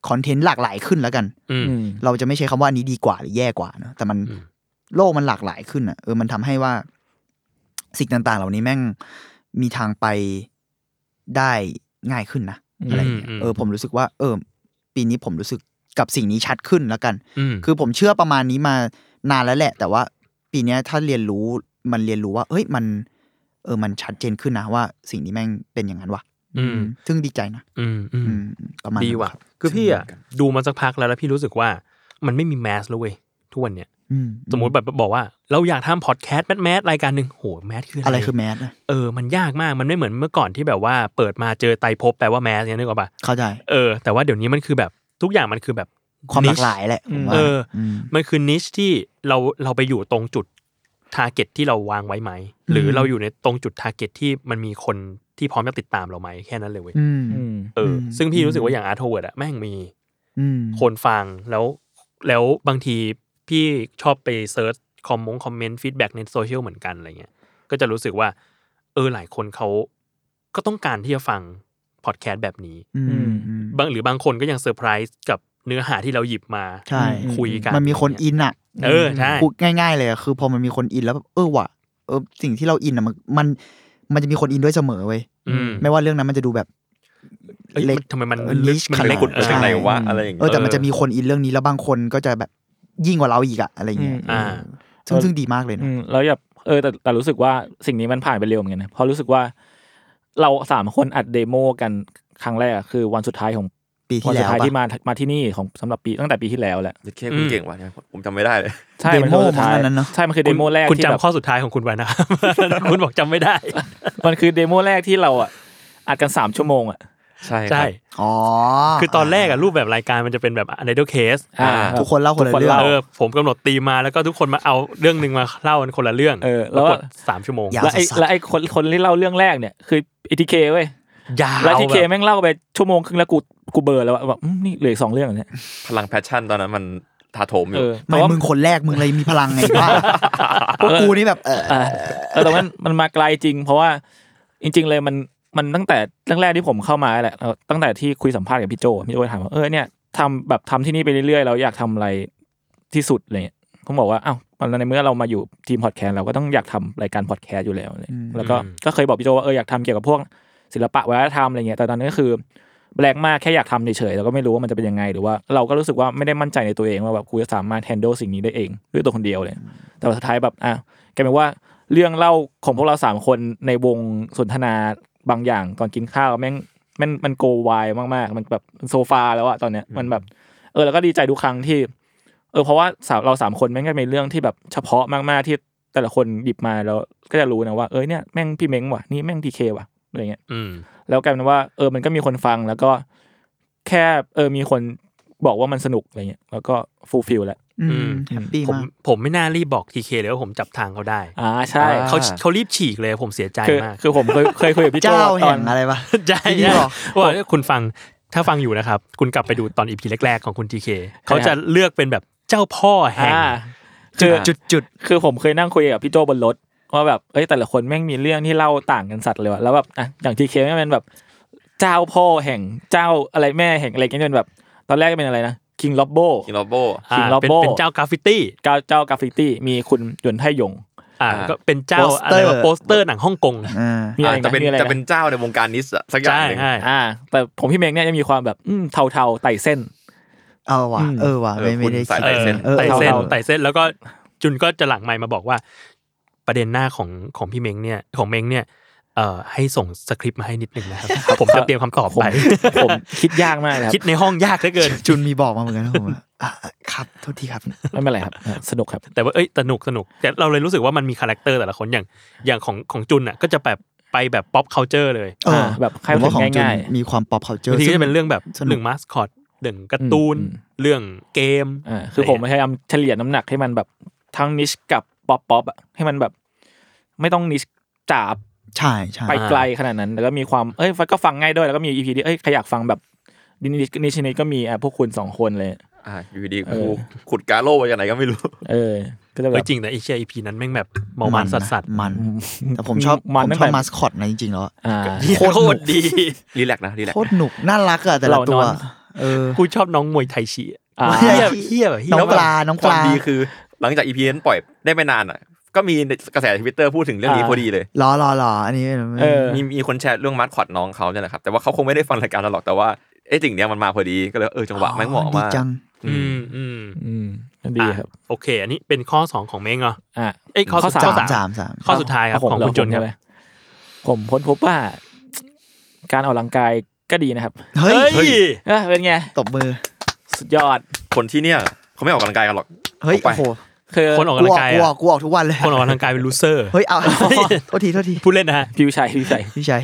Speaker 3: คอนเทนต์หลากหลายขึ้นแล้วกัน
Speaker 2: อืม
Speaker 5: อืม
Speaker 3: เราจะไม่ใช้คำว่าอันนี้ดีกว่าหรือแย่กว่าเนอะแต่มัน
Speaker 2: อืม
Speaker 3: โลกมันหลากหลายขึ้นอ่ะเออมันทำให้ว่าสิ่งต่าง ๆ เหล่านี้แม่งมีทางไปได้ง่ายขึ้นนะอะไรอย่างเงี้ย
Speaker 2: อืมอืม
Speaker 3: เออผมรู้สึกว่า เออ ปีนี้ผมรู้สึกกับสิ่งนี้ชัดขึ้นแล้วกัน
Speaker 2: อืม
Speaker 3: คือผมเชื่อประมาณนี้มานานแล้วแหละ แต่ว่าปีเนี้ยถ้าเรียนรู้มันเรียนรู้ว่า เอ้ยมัน เออมันชัดเจนขึ้นนะว่าสิ่งนี้แม่งเป็นอย่างนั้นว่ะ
Speaker 2: อืม
Speaker 3: ซึ่งดีใจนะ
Speaker 2: อืมอืม
Speaker 3: อืมประมาณ
Speaker 2: ดี
Speaker 3: นั้น
Speaker 2: ว่ะ
Speaker 3: ครับ
Speaker 2: คือพี่อะดูมาสักพักแล้วแล้วพี่รู้สึกว่ามันไม่มีแมสแล้วเว้ยทุกวันเนี่ย
Speaker 3: อืม
Speaker 2: สมมติแบบบอกว่าเราอยากทำพอดแคสต์แมสแมสรายการหนึ่งโหแมสคืออะ
Speaker 3: อะไร
Speaker 2: ไร
Speaker 3: คือแมสอะ
Speaker 2: เออมันยากมากมันไม่เหมือนเมื่อก่อนที่แบบว่าเปิดมาเจอไตรภพแปลว่าแมสเนี่ยนึกออกปะ
Speaker 3: เข้าใจ
Speaker 2: เออแต่ว่าเดี๋ยวนี้มันคือแบบทุกอย่างมันคือแบบ
Speaker 3: ความหลาก
Speaker 2: niche
Speaker 3: หลายแหละผมว่า
Speaker 2: เอออ
Speaker 3: ม
Speaker 2: มันคือนิชที่เราเราไปอยู่ตรงจุดทาร์เก็ตที่เราวางไว้ไหม หรืออ
Speaker 3: ม
Speaker 2: เราอยู่ในตรงจุดทาร์เก็ตที่มันมีคนที่พร้อมจะติดตามเราไหมแค่นั้นเลยเว้ย
Speaker 3: อืม
Speaker 5: อืม
Speaker 2: เอออ
Speaker 3: ม
Speaker 2: ซึ่งพี่รู้สึกว่าอย่างอาร์ทเวิร์ดอะแม่งมี
Speaker 3: อืม
Speaker 2: คนฟังแล้วแล้วบางทีพี่ชอบไปเซิร์ชคอมมงคอมเมนต์ฟีดแบ็กในโซเชียลเหมือนกันอะไรเงี้ยก็จะรู้สึกว่า เออหลายคนเขาก็ต้องการที่จะฟังพอดแคสต์แบบนี้
Speaker 3: อืมอืม
Speaker 2: บางหรือบางคนก็ยังเซอร์ไพรส์กับเนื้อหาที่เราหยิบมา
Speaker 3: ใช่
Speaker 5: อืม
Speaker 2: คุยกัน
Speaker 3: มันมีคนอินอ่ะ
Speaker 2: เออใช่
Speaker 3: พูดง่าย ๆ เลยอะคือพอมันมีคนอินแล้วแบบเออว่ะเออสิ่งที่เราอินอ่ะมันมันมันจะมีคนอินด้วยเสมอเว้ย
Speaker 2: อืม
Speaker 3: ไม่ว่าเรื่องนั้นมันจะดูแบบ
Speaker 2: เอ้ย
Speaker 3: เล็ก
Speaker 2: มันทำไมมัน
Speaker 3: เออ
Speaker 2: ลึก
Speaker 3: niche
Speaker 2: มัน
Speaker 3: ข
Speaker 2: ลึ
Speaker 3: นาก ด
Speaker 4: ขุดไป
Speaker 3: ใช่
Speaker 4: ถึงไหนวะอะไรอย่าง
Speaker 3: เอ
Speaker 4: เงี้
Speaker 3: อย แต่มันจะมีคนอินเรื่องนี้แล้วบางคนก็จะแบบยิ่งกว่าเราอีกอะอะไรเงี้ย
Speaker 5: อืม
Speaker 3: เออซึ่
Speaker 5: เอง อ
Speaker 3: ซึ่งดีมากเลยนะ
Speaker 5: อืมแล้วอย่าเออแต่แต่รู้สึกว่าสิ่งนี้มันผ่านไปเร็วเหมือนกันนะเพราะรู้สึกว่า เราสามคนอัดเดโมกันครั้งแรกอะคือวันสุดท้ายของ
Speaker 3: ปี
Speaker 5: วั
Speaker 3: ที่
Speaker 5: นสุด
Speaker 3: แล้ว
Speaker 5: ท้าย
Speaker 3: ปะ
Speaker 5: ที่มามาที่นี่ของสำหรับปีตั้งแต่ปีที่แล้วแหละ
Speaker 4: เด็กแค่คุณเก่งว่ะเนี่ยผมจำไม่ได้เลย
Speaker 5: ใช่
Speaker 3: เด
Speaker 5: มัน
Speaker 3: โม
Speaker 5: คือวันสุด
Speaker 3: มั้ง
Speaker 5: ท้าย
Speaker 3: อันนั้นเนาะ
Speaker 5: ใช่มันคือเดโมแรก
Speaker 2: คุณ
Speaker 5: ที่แบบ
Speaker 2: จำข้อสุดท้ายของคุณไว้นะครับ คุณบอกจำไม่ได้
Speaker 5: มันคือเดโมแรกที่เราอ่ะอัดกันสามชั่วโมงอ่ะ
Speaker 4: ใช่ครับ
Speaker 2: ใช่
Speaker 3: อ๋อ
Speaker 2: คือตอนแรกอะรูปแบบรายการมันจะเป็นแบบ idol case
Speaker 5: อ่า
Speaker 3: ทุกคนเล่าคนละ
Speaker 5: ทุกคน
Speaker 3: เรื่อง
Speaker 5: เล่า
Speaker 2: เออผมกำหนดตีมมาแล้วก็ทุกคนมาเอาเรื่องหนึ่งมาเล่ากันคนละเรื่อง
Speaker 5: เออแล้
Speaker 2: แล้ว
Speaker 5: ว
Speaker 2: กดสามชั่วโมง
Speaker 3: ยาว
Speaker 5: แล้วไอ้
Speaker 3: สัสๆ
Speaker 5: แล้วไอ้คนคนที่เล่าเรื่องแรกเนี่ยคืออ t ทีเคเว้ย
Speaker 2: ยาว
Speaker 5: แล้วทีเค
Speaker 2: แบบ
Speaker 5: แม่งเล่าไปชั่วโมงครึ่งแล้วกูกูเบลอร์แล้วอะแบบอืมนี่เหลืออกสองเรื่องอะเนี่ย
Speaker 4: พลังแพชชั่นตอนนั้นมันถาโถมอ
Speaker 5: เอยู่ อแต่
Speaker 3: ไม่
Speaker 5: ว่า
Speaker 3: มึงคนแรกมึงเลยมีพลังไงว่าพวกกูนี่แบบเออ
Speaker 5: อ่ะแต่แต่ว่ามันมาไกลจริง เพราะว่าจริง ๆ เลยมันมันตั้งแต่ตั้งแรกที่ผมเข้ามาแหละเอ่อตั้งแต่ที่คุยสัมภาษณ์กับพี่โจพี่โจถามว่าเออเนี่ยทำแบบทำที่นี่ไปเรื่อยๆเราอยากทำอะไรที่สุดอะไรเลยผมบอกว่าอ้าวในเมื่อเรามาอยู่ทีมพอดแคสต์เราก็ต้องอยากทำรายการพอดแคสต์อยู่แล้วเลย
Speaker 3: อืม
Speaker 5: แล้วก็ก็เคยบอกพี่โจว่าเอออยากทำเกี่ยวกับพวกศิลปะวัฒนธรรมอะไรเงี้ยแต่ตอนนั้นก็คือแบลงมากแค่อยากทำเฉยๆแล้วก็ไม่รู้ว่ามันจะเป็นยังไง หรือว่าเราก็รู้สึกว่าไม่ได้มั่นใจในตัวเองว่าแบบกูจะสามารถแฮนด์สิ่งนี้ได้เองด้วยตัวคนเดียวเลย แต่ว่าสุดท้ายแบบอ่ะ กลายเป็นว่าเรื่องเล่าของพวกเราสามคนในวงสนทนาบางอย่างตอนกินข้าวแม่งแมันมันโกวายมากๆ มันแบบโซฟาแล้วอะตอนเนี้ยมันแบบ เออแล้วก็ดีใจทุกครั้งที่ เออเพราะว่าสาวเราสามคนแม่งก็เป็นเรื่องที่แบบเฉพาะมากๆที่แต่ละคนหยิบมาแล้วก็จะรู้นะว่าเอ้ยเนี่ยแม่งพี่เม้งว่ะนี่แม่งทีเคว่ะอะไรเงี้ย
Speaker 2: อืม
Speaker 5: แล้วกลายเป็นว่าเออมันก็มีคนฟังแล้วก็แค่เออมีคนบอกว่ามันสนุกอะไรเงี้ยแล้วก็ฟูลฟิลแล้ว
Speaker 3: อื
Speaker 2: อื
Speaker 3: ม
Speaker 2: ม
Speaker 3: แฮปปี้
Speaker 2: ผม
Speaker 3: มาก
Speaker 2: ผมไม่น่ารีบบอกทีเคเลยว่าผมจับทางเขาได้
Speaker 5: อ่าใช่
Speaker 4: อ่
Speaker 2: เขาเขารีบฉีกเลยผมเสียใจ
Speaker 5: คือ
Speaker 2: มาก
Speaker 5: คือผมเคยเคยคุยกับพี่โจ
Speaker 3: เจ้า
Speaker 5: ตอ
Speaker 3: แห่
Speaker 5: น
Speaker 3: งอะไรปะ
Speaker 2: ใช่
Speaker 3: ที่บอก
Speaker 2: ว่าคุณฟังถ้าฟังอยู่นะครับ คุณกลับไปดูตอนอีพีแรก ๆ ของคุณทีเคเขาจะเลือกเป็นแบบเจ้าพ่อแห่ง
Speaker 5: อ่า
Speaker 2: จุ
Speaker 5: คือ
Speaker 2: ดจุดจุด
Speaker 5: คือผมเคยนั่งคุยกับพี่โจบนรถว่าแบบเอ้ยแต่ละคนแม่งมีเรื่องที่เล่าต่างกันสัตว์เลยว่ะแล้วแบบอ่ะอย่างทีเคแม่งเป็นแบบ เจ้าพ่อแห่งเจ้าอะไรแม่แห่งอะไรกันเป็นแบบ ตอนแรกก็เป็นอะไรนะคิงล็อบโบ
Speaker 4: คิงโรโบ
Speaker 2: อ่า
Speaker 5: King Lobo
Speaker 2: เป็นเป็นเจ้ากราฟฟิตี้
Speaker 5: เจ้าเจ้ากราฟฟิตี้มีคุณหยวนไทหยง
Speaker 2: อ่า
Speaker 4: อ่า
Speaker 2: ก็เป็นเจ้าอะไรวะโปสเตอร์หนังฮ่องกง
Speaker 3: อ่า
Speaker 5: มีอะไร
Speaker 4: อ่าจะ
Speaker 5: นะ
Speaker 4: เป็น
Speaker 5: มีอะไร
Speaker 4: จะเป็น
Speaker 5: นะ
Speaker 4: เจ้าในวงการนิสอะสักอย่าง
Speaker 2: ใช่
Speaker 4: หนึ่ง
Speaker 2: ใช่
Speaker 5: อ่า แต่ผมพี่เมงเนี่ยจะมีความแบบอืมเทาๆไต่เส้น
Speaker 3: เอาว่ะ
Speaker 5: อืม
Speaker 3: เออว่ะไม่ไม่ได้
Speaker 4: เออคุณสายลายเส้น
Speaker 3: ออ
Speaker 2: ไต่เส้น
Speaker 3: อาอา
Speaker 2: ไต่เส้นแล้วก็ จุนก็จะหลังไมค์มาบอกว่า ประเด็นหน้าของของพี่เม้งเนี่ยของเม้งเนี่ยเอ่อให้ส่งสคริปต์มาให้นิดนึงนะครับ ผมจะเตรียมคำตอบ
Speaker 5: ผม
Speaker 2: ไป
Speaker 5: ผมคิดยากมากนะครับ
Speaker 2: คิดในห้องยากเหลือเกิน
Speaker 3: จุนมีบอกมาเหมือนกันนะผมว่าอ่ะครับโทษทีครับ
Speaker 5: ไม่เป็นไรครับอ่ะสนุกครับ
Speaker 2: แต่ว่าเอ้ยสนุกสนุกแต่เราเลยรู้สึกว่ามันมีคาแรคเตอร์แต่ละคนอย่างอย่างของของจุนอ่ะก็จะแบบไปแบบป๊อปเคาเจอร์เลย
Speaker 3: เออ
Speaker 5: แบบเข้า
Speaker 3: ผมว่า
Speaker 5: ถึ
Speaker 3: ของ งจุน
Speaker 5: ง่ายๆ
Speaker 3: มีความ pop
Speaker 2: บา
Speaker 3: culture
Speaker 2: งทีก็
Speaker 3: ซึ่
Speaker 2: จะเป็นเรื่องแบบ
Speaker 3: สนุก
Speaker 2: เรื่องมาสคอตเรื่องการ์ตูน
Speaker 5: อืม
Speaker 2: เรื่องเกม
Speaker 5: อ่าคือผมพยายามเฉลี่ยน้ำหนักให้มันแบบทั้งนิชกับป๊อปป๊อปอะให้มันแบบ ไม่ต้องนิชจ๋า
Speaker 3: ใช่ใช่
Speaker 5: ไปไกลขนาดนั้น แล้วก็มีความเอ้ยก็ฟังง่ายด้วยแล้วก็มีอีพีที่เอ้ยใครอยากฟังแบบนิชนิชนิชก็มีอ่ะพวกคุณสองคนเลย
Speaker 4: อ่าอยู่ดี
Speaker 5: เออ
Speaker 4: กูขุดกาโล่ไปจากไหนก็ไม่รู้
Speaker 5: เออ ก็จะแบ
Speaker 2: เอ้ย
Speaker 5: บ
Speaker 2: จริงแต่ไอเชียอีพีนั้นแม่งแบบเมอมันสัสสัส
Speaker 3: มัน แต่ผมชอบ
Speaker 5: มัน
Speaker 3: ผม
Speaker 5: ตั้ง
Speaker 3: ชอ
Speaker 5: แต่
Speaker 3: บมาสคอตนะจริงๆแล้วอะ
Speaker 5: อ่า
Speaker 2: โคตรดี
Speaker 4: รีแลกซ์นะรีแลก
Speaker 3: โค
Speaker 4: ซ์
Speaker 3: ตรหนุกน่ารักอะแต่ละ
Speaker 5: เรา
Speaker 3: ตั
Speaker 5: น
Speaker 3: ว
Speaker 5: อน
Speaker 3: เออ
Speaker 2: กูชอบน้องมวยไทยชีอะ
Speaker 5: อ่า
Speaker 2: เฮียแบบเฮียแบบเหี้ย
Speaker 3: น้องปลา
Speaker 2: แบบ
Speaker 3: น้อง
Speaker 4: ค
Speaker 3: ป
Speaker 4: วาม
Speaker 3: ลา
Speaker 4: ดีคือ หลังจากอีพีนั้นปล่อยได้ไม่นานอ่ะ ก็มีกระแสทวิตเตอร์พูดถึงเรื่องนี้
Speaker 5: อ่า
Speaker 4: พอดีเลย
Speaker 3: รอรอรออันนี้
Speaker 5: เออ
Speaker 4: มีมีคนแชร์เรื่องมาร์คอดน้องเขาเนี่ยแหละครับ แต่ว่าเขาคงไม่ได้ฟังรายการเราหรอกแต่ว่าไอ้สิ่งเนี้ยมันมาพอดีก็เลยเออจังหวะแม่งเหมาะ
Speaker 3: ดี
Speaker 4: มาก
Speaker 3: จัง
Speaker 4: อื
Speaker 2: อื
Speaker 4: ม
Speaker 2: มอืม
Speaker 5: อืมก็ดีครับ
Speaker 2: โอเค อันนี้เป็นข้อสองของเม้งเหรอ
Speaker 5: อ่ะ
Speaker 2: เอ้ยข้อ
Speaker 5: ข้อ
Speaker 2: สุด
Speaker 5: สาม
Speaker 2: ข้อ
Speaker 3: สา
Speaker 2: สาม
Speaker 3: มสาม
Speaker 2: ข้อสุดท้ายครับ
Speaker 5: เผม
Speaker 2: ของ
Speaker 5: เห
Speaker 2: คุณจุนครับ
Speaker 5: ผมใช่ไหมผมพ้นพบว่า การออกกำลังกายก็ดีนะครับ
Speaker 3: เฮ้ย
Speaker 2: เฮ้ย
Speaker 5: เออเป็นไง
Speaker 3: ตบมือ
Speaker 5: สุดยอด
Speaker 4: คนที่เนี่ยเขาไม่ออกกำลังกายกันหรอก
Speaker 3: เฮ้ย
Speaker 4: ออกไป
Speaker 3: โอ้โห
Speaker 5: คือ
Speaker 2: คนออก
Speaker 3: กู
Speaker 2: กำลั
Speaker 3: อง อก
Speaker 2: กาย
Speaker 3: กูออ
Speaker 2: อะ
Speaker 3: กกูออกทุกวันเลย
Speaker 2: คนออกกำลังกายเป็นลูเซอร์
Speaker 3: เฮ้ยเอา โทษทีโทษที
Speaker 2: พูดเล่นนะฮะ
Speaker 5: ผิวใสผิวใส
Speaker 3: พี่ชัย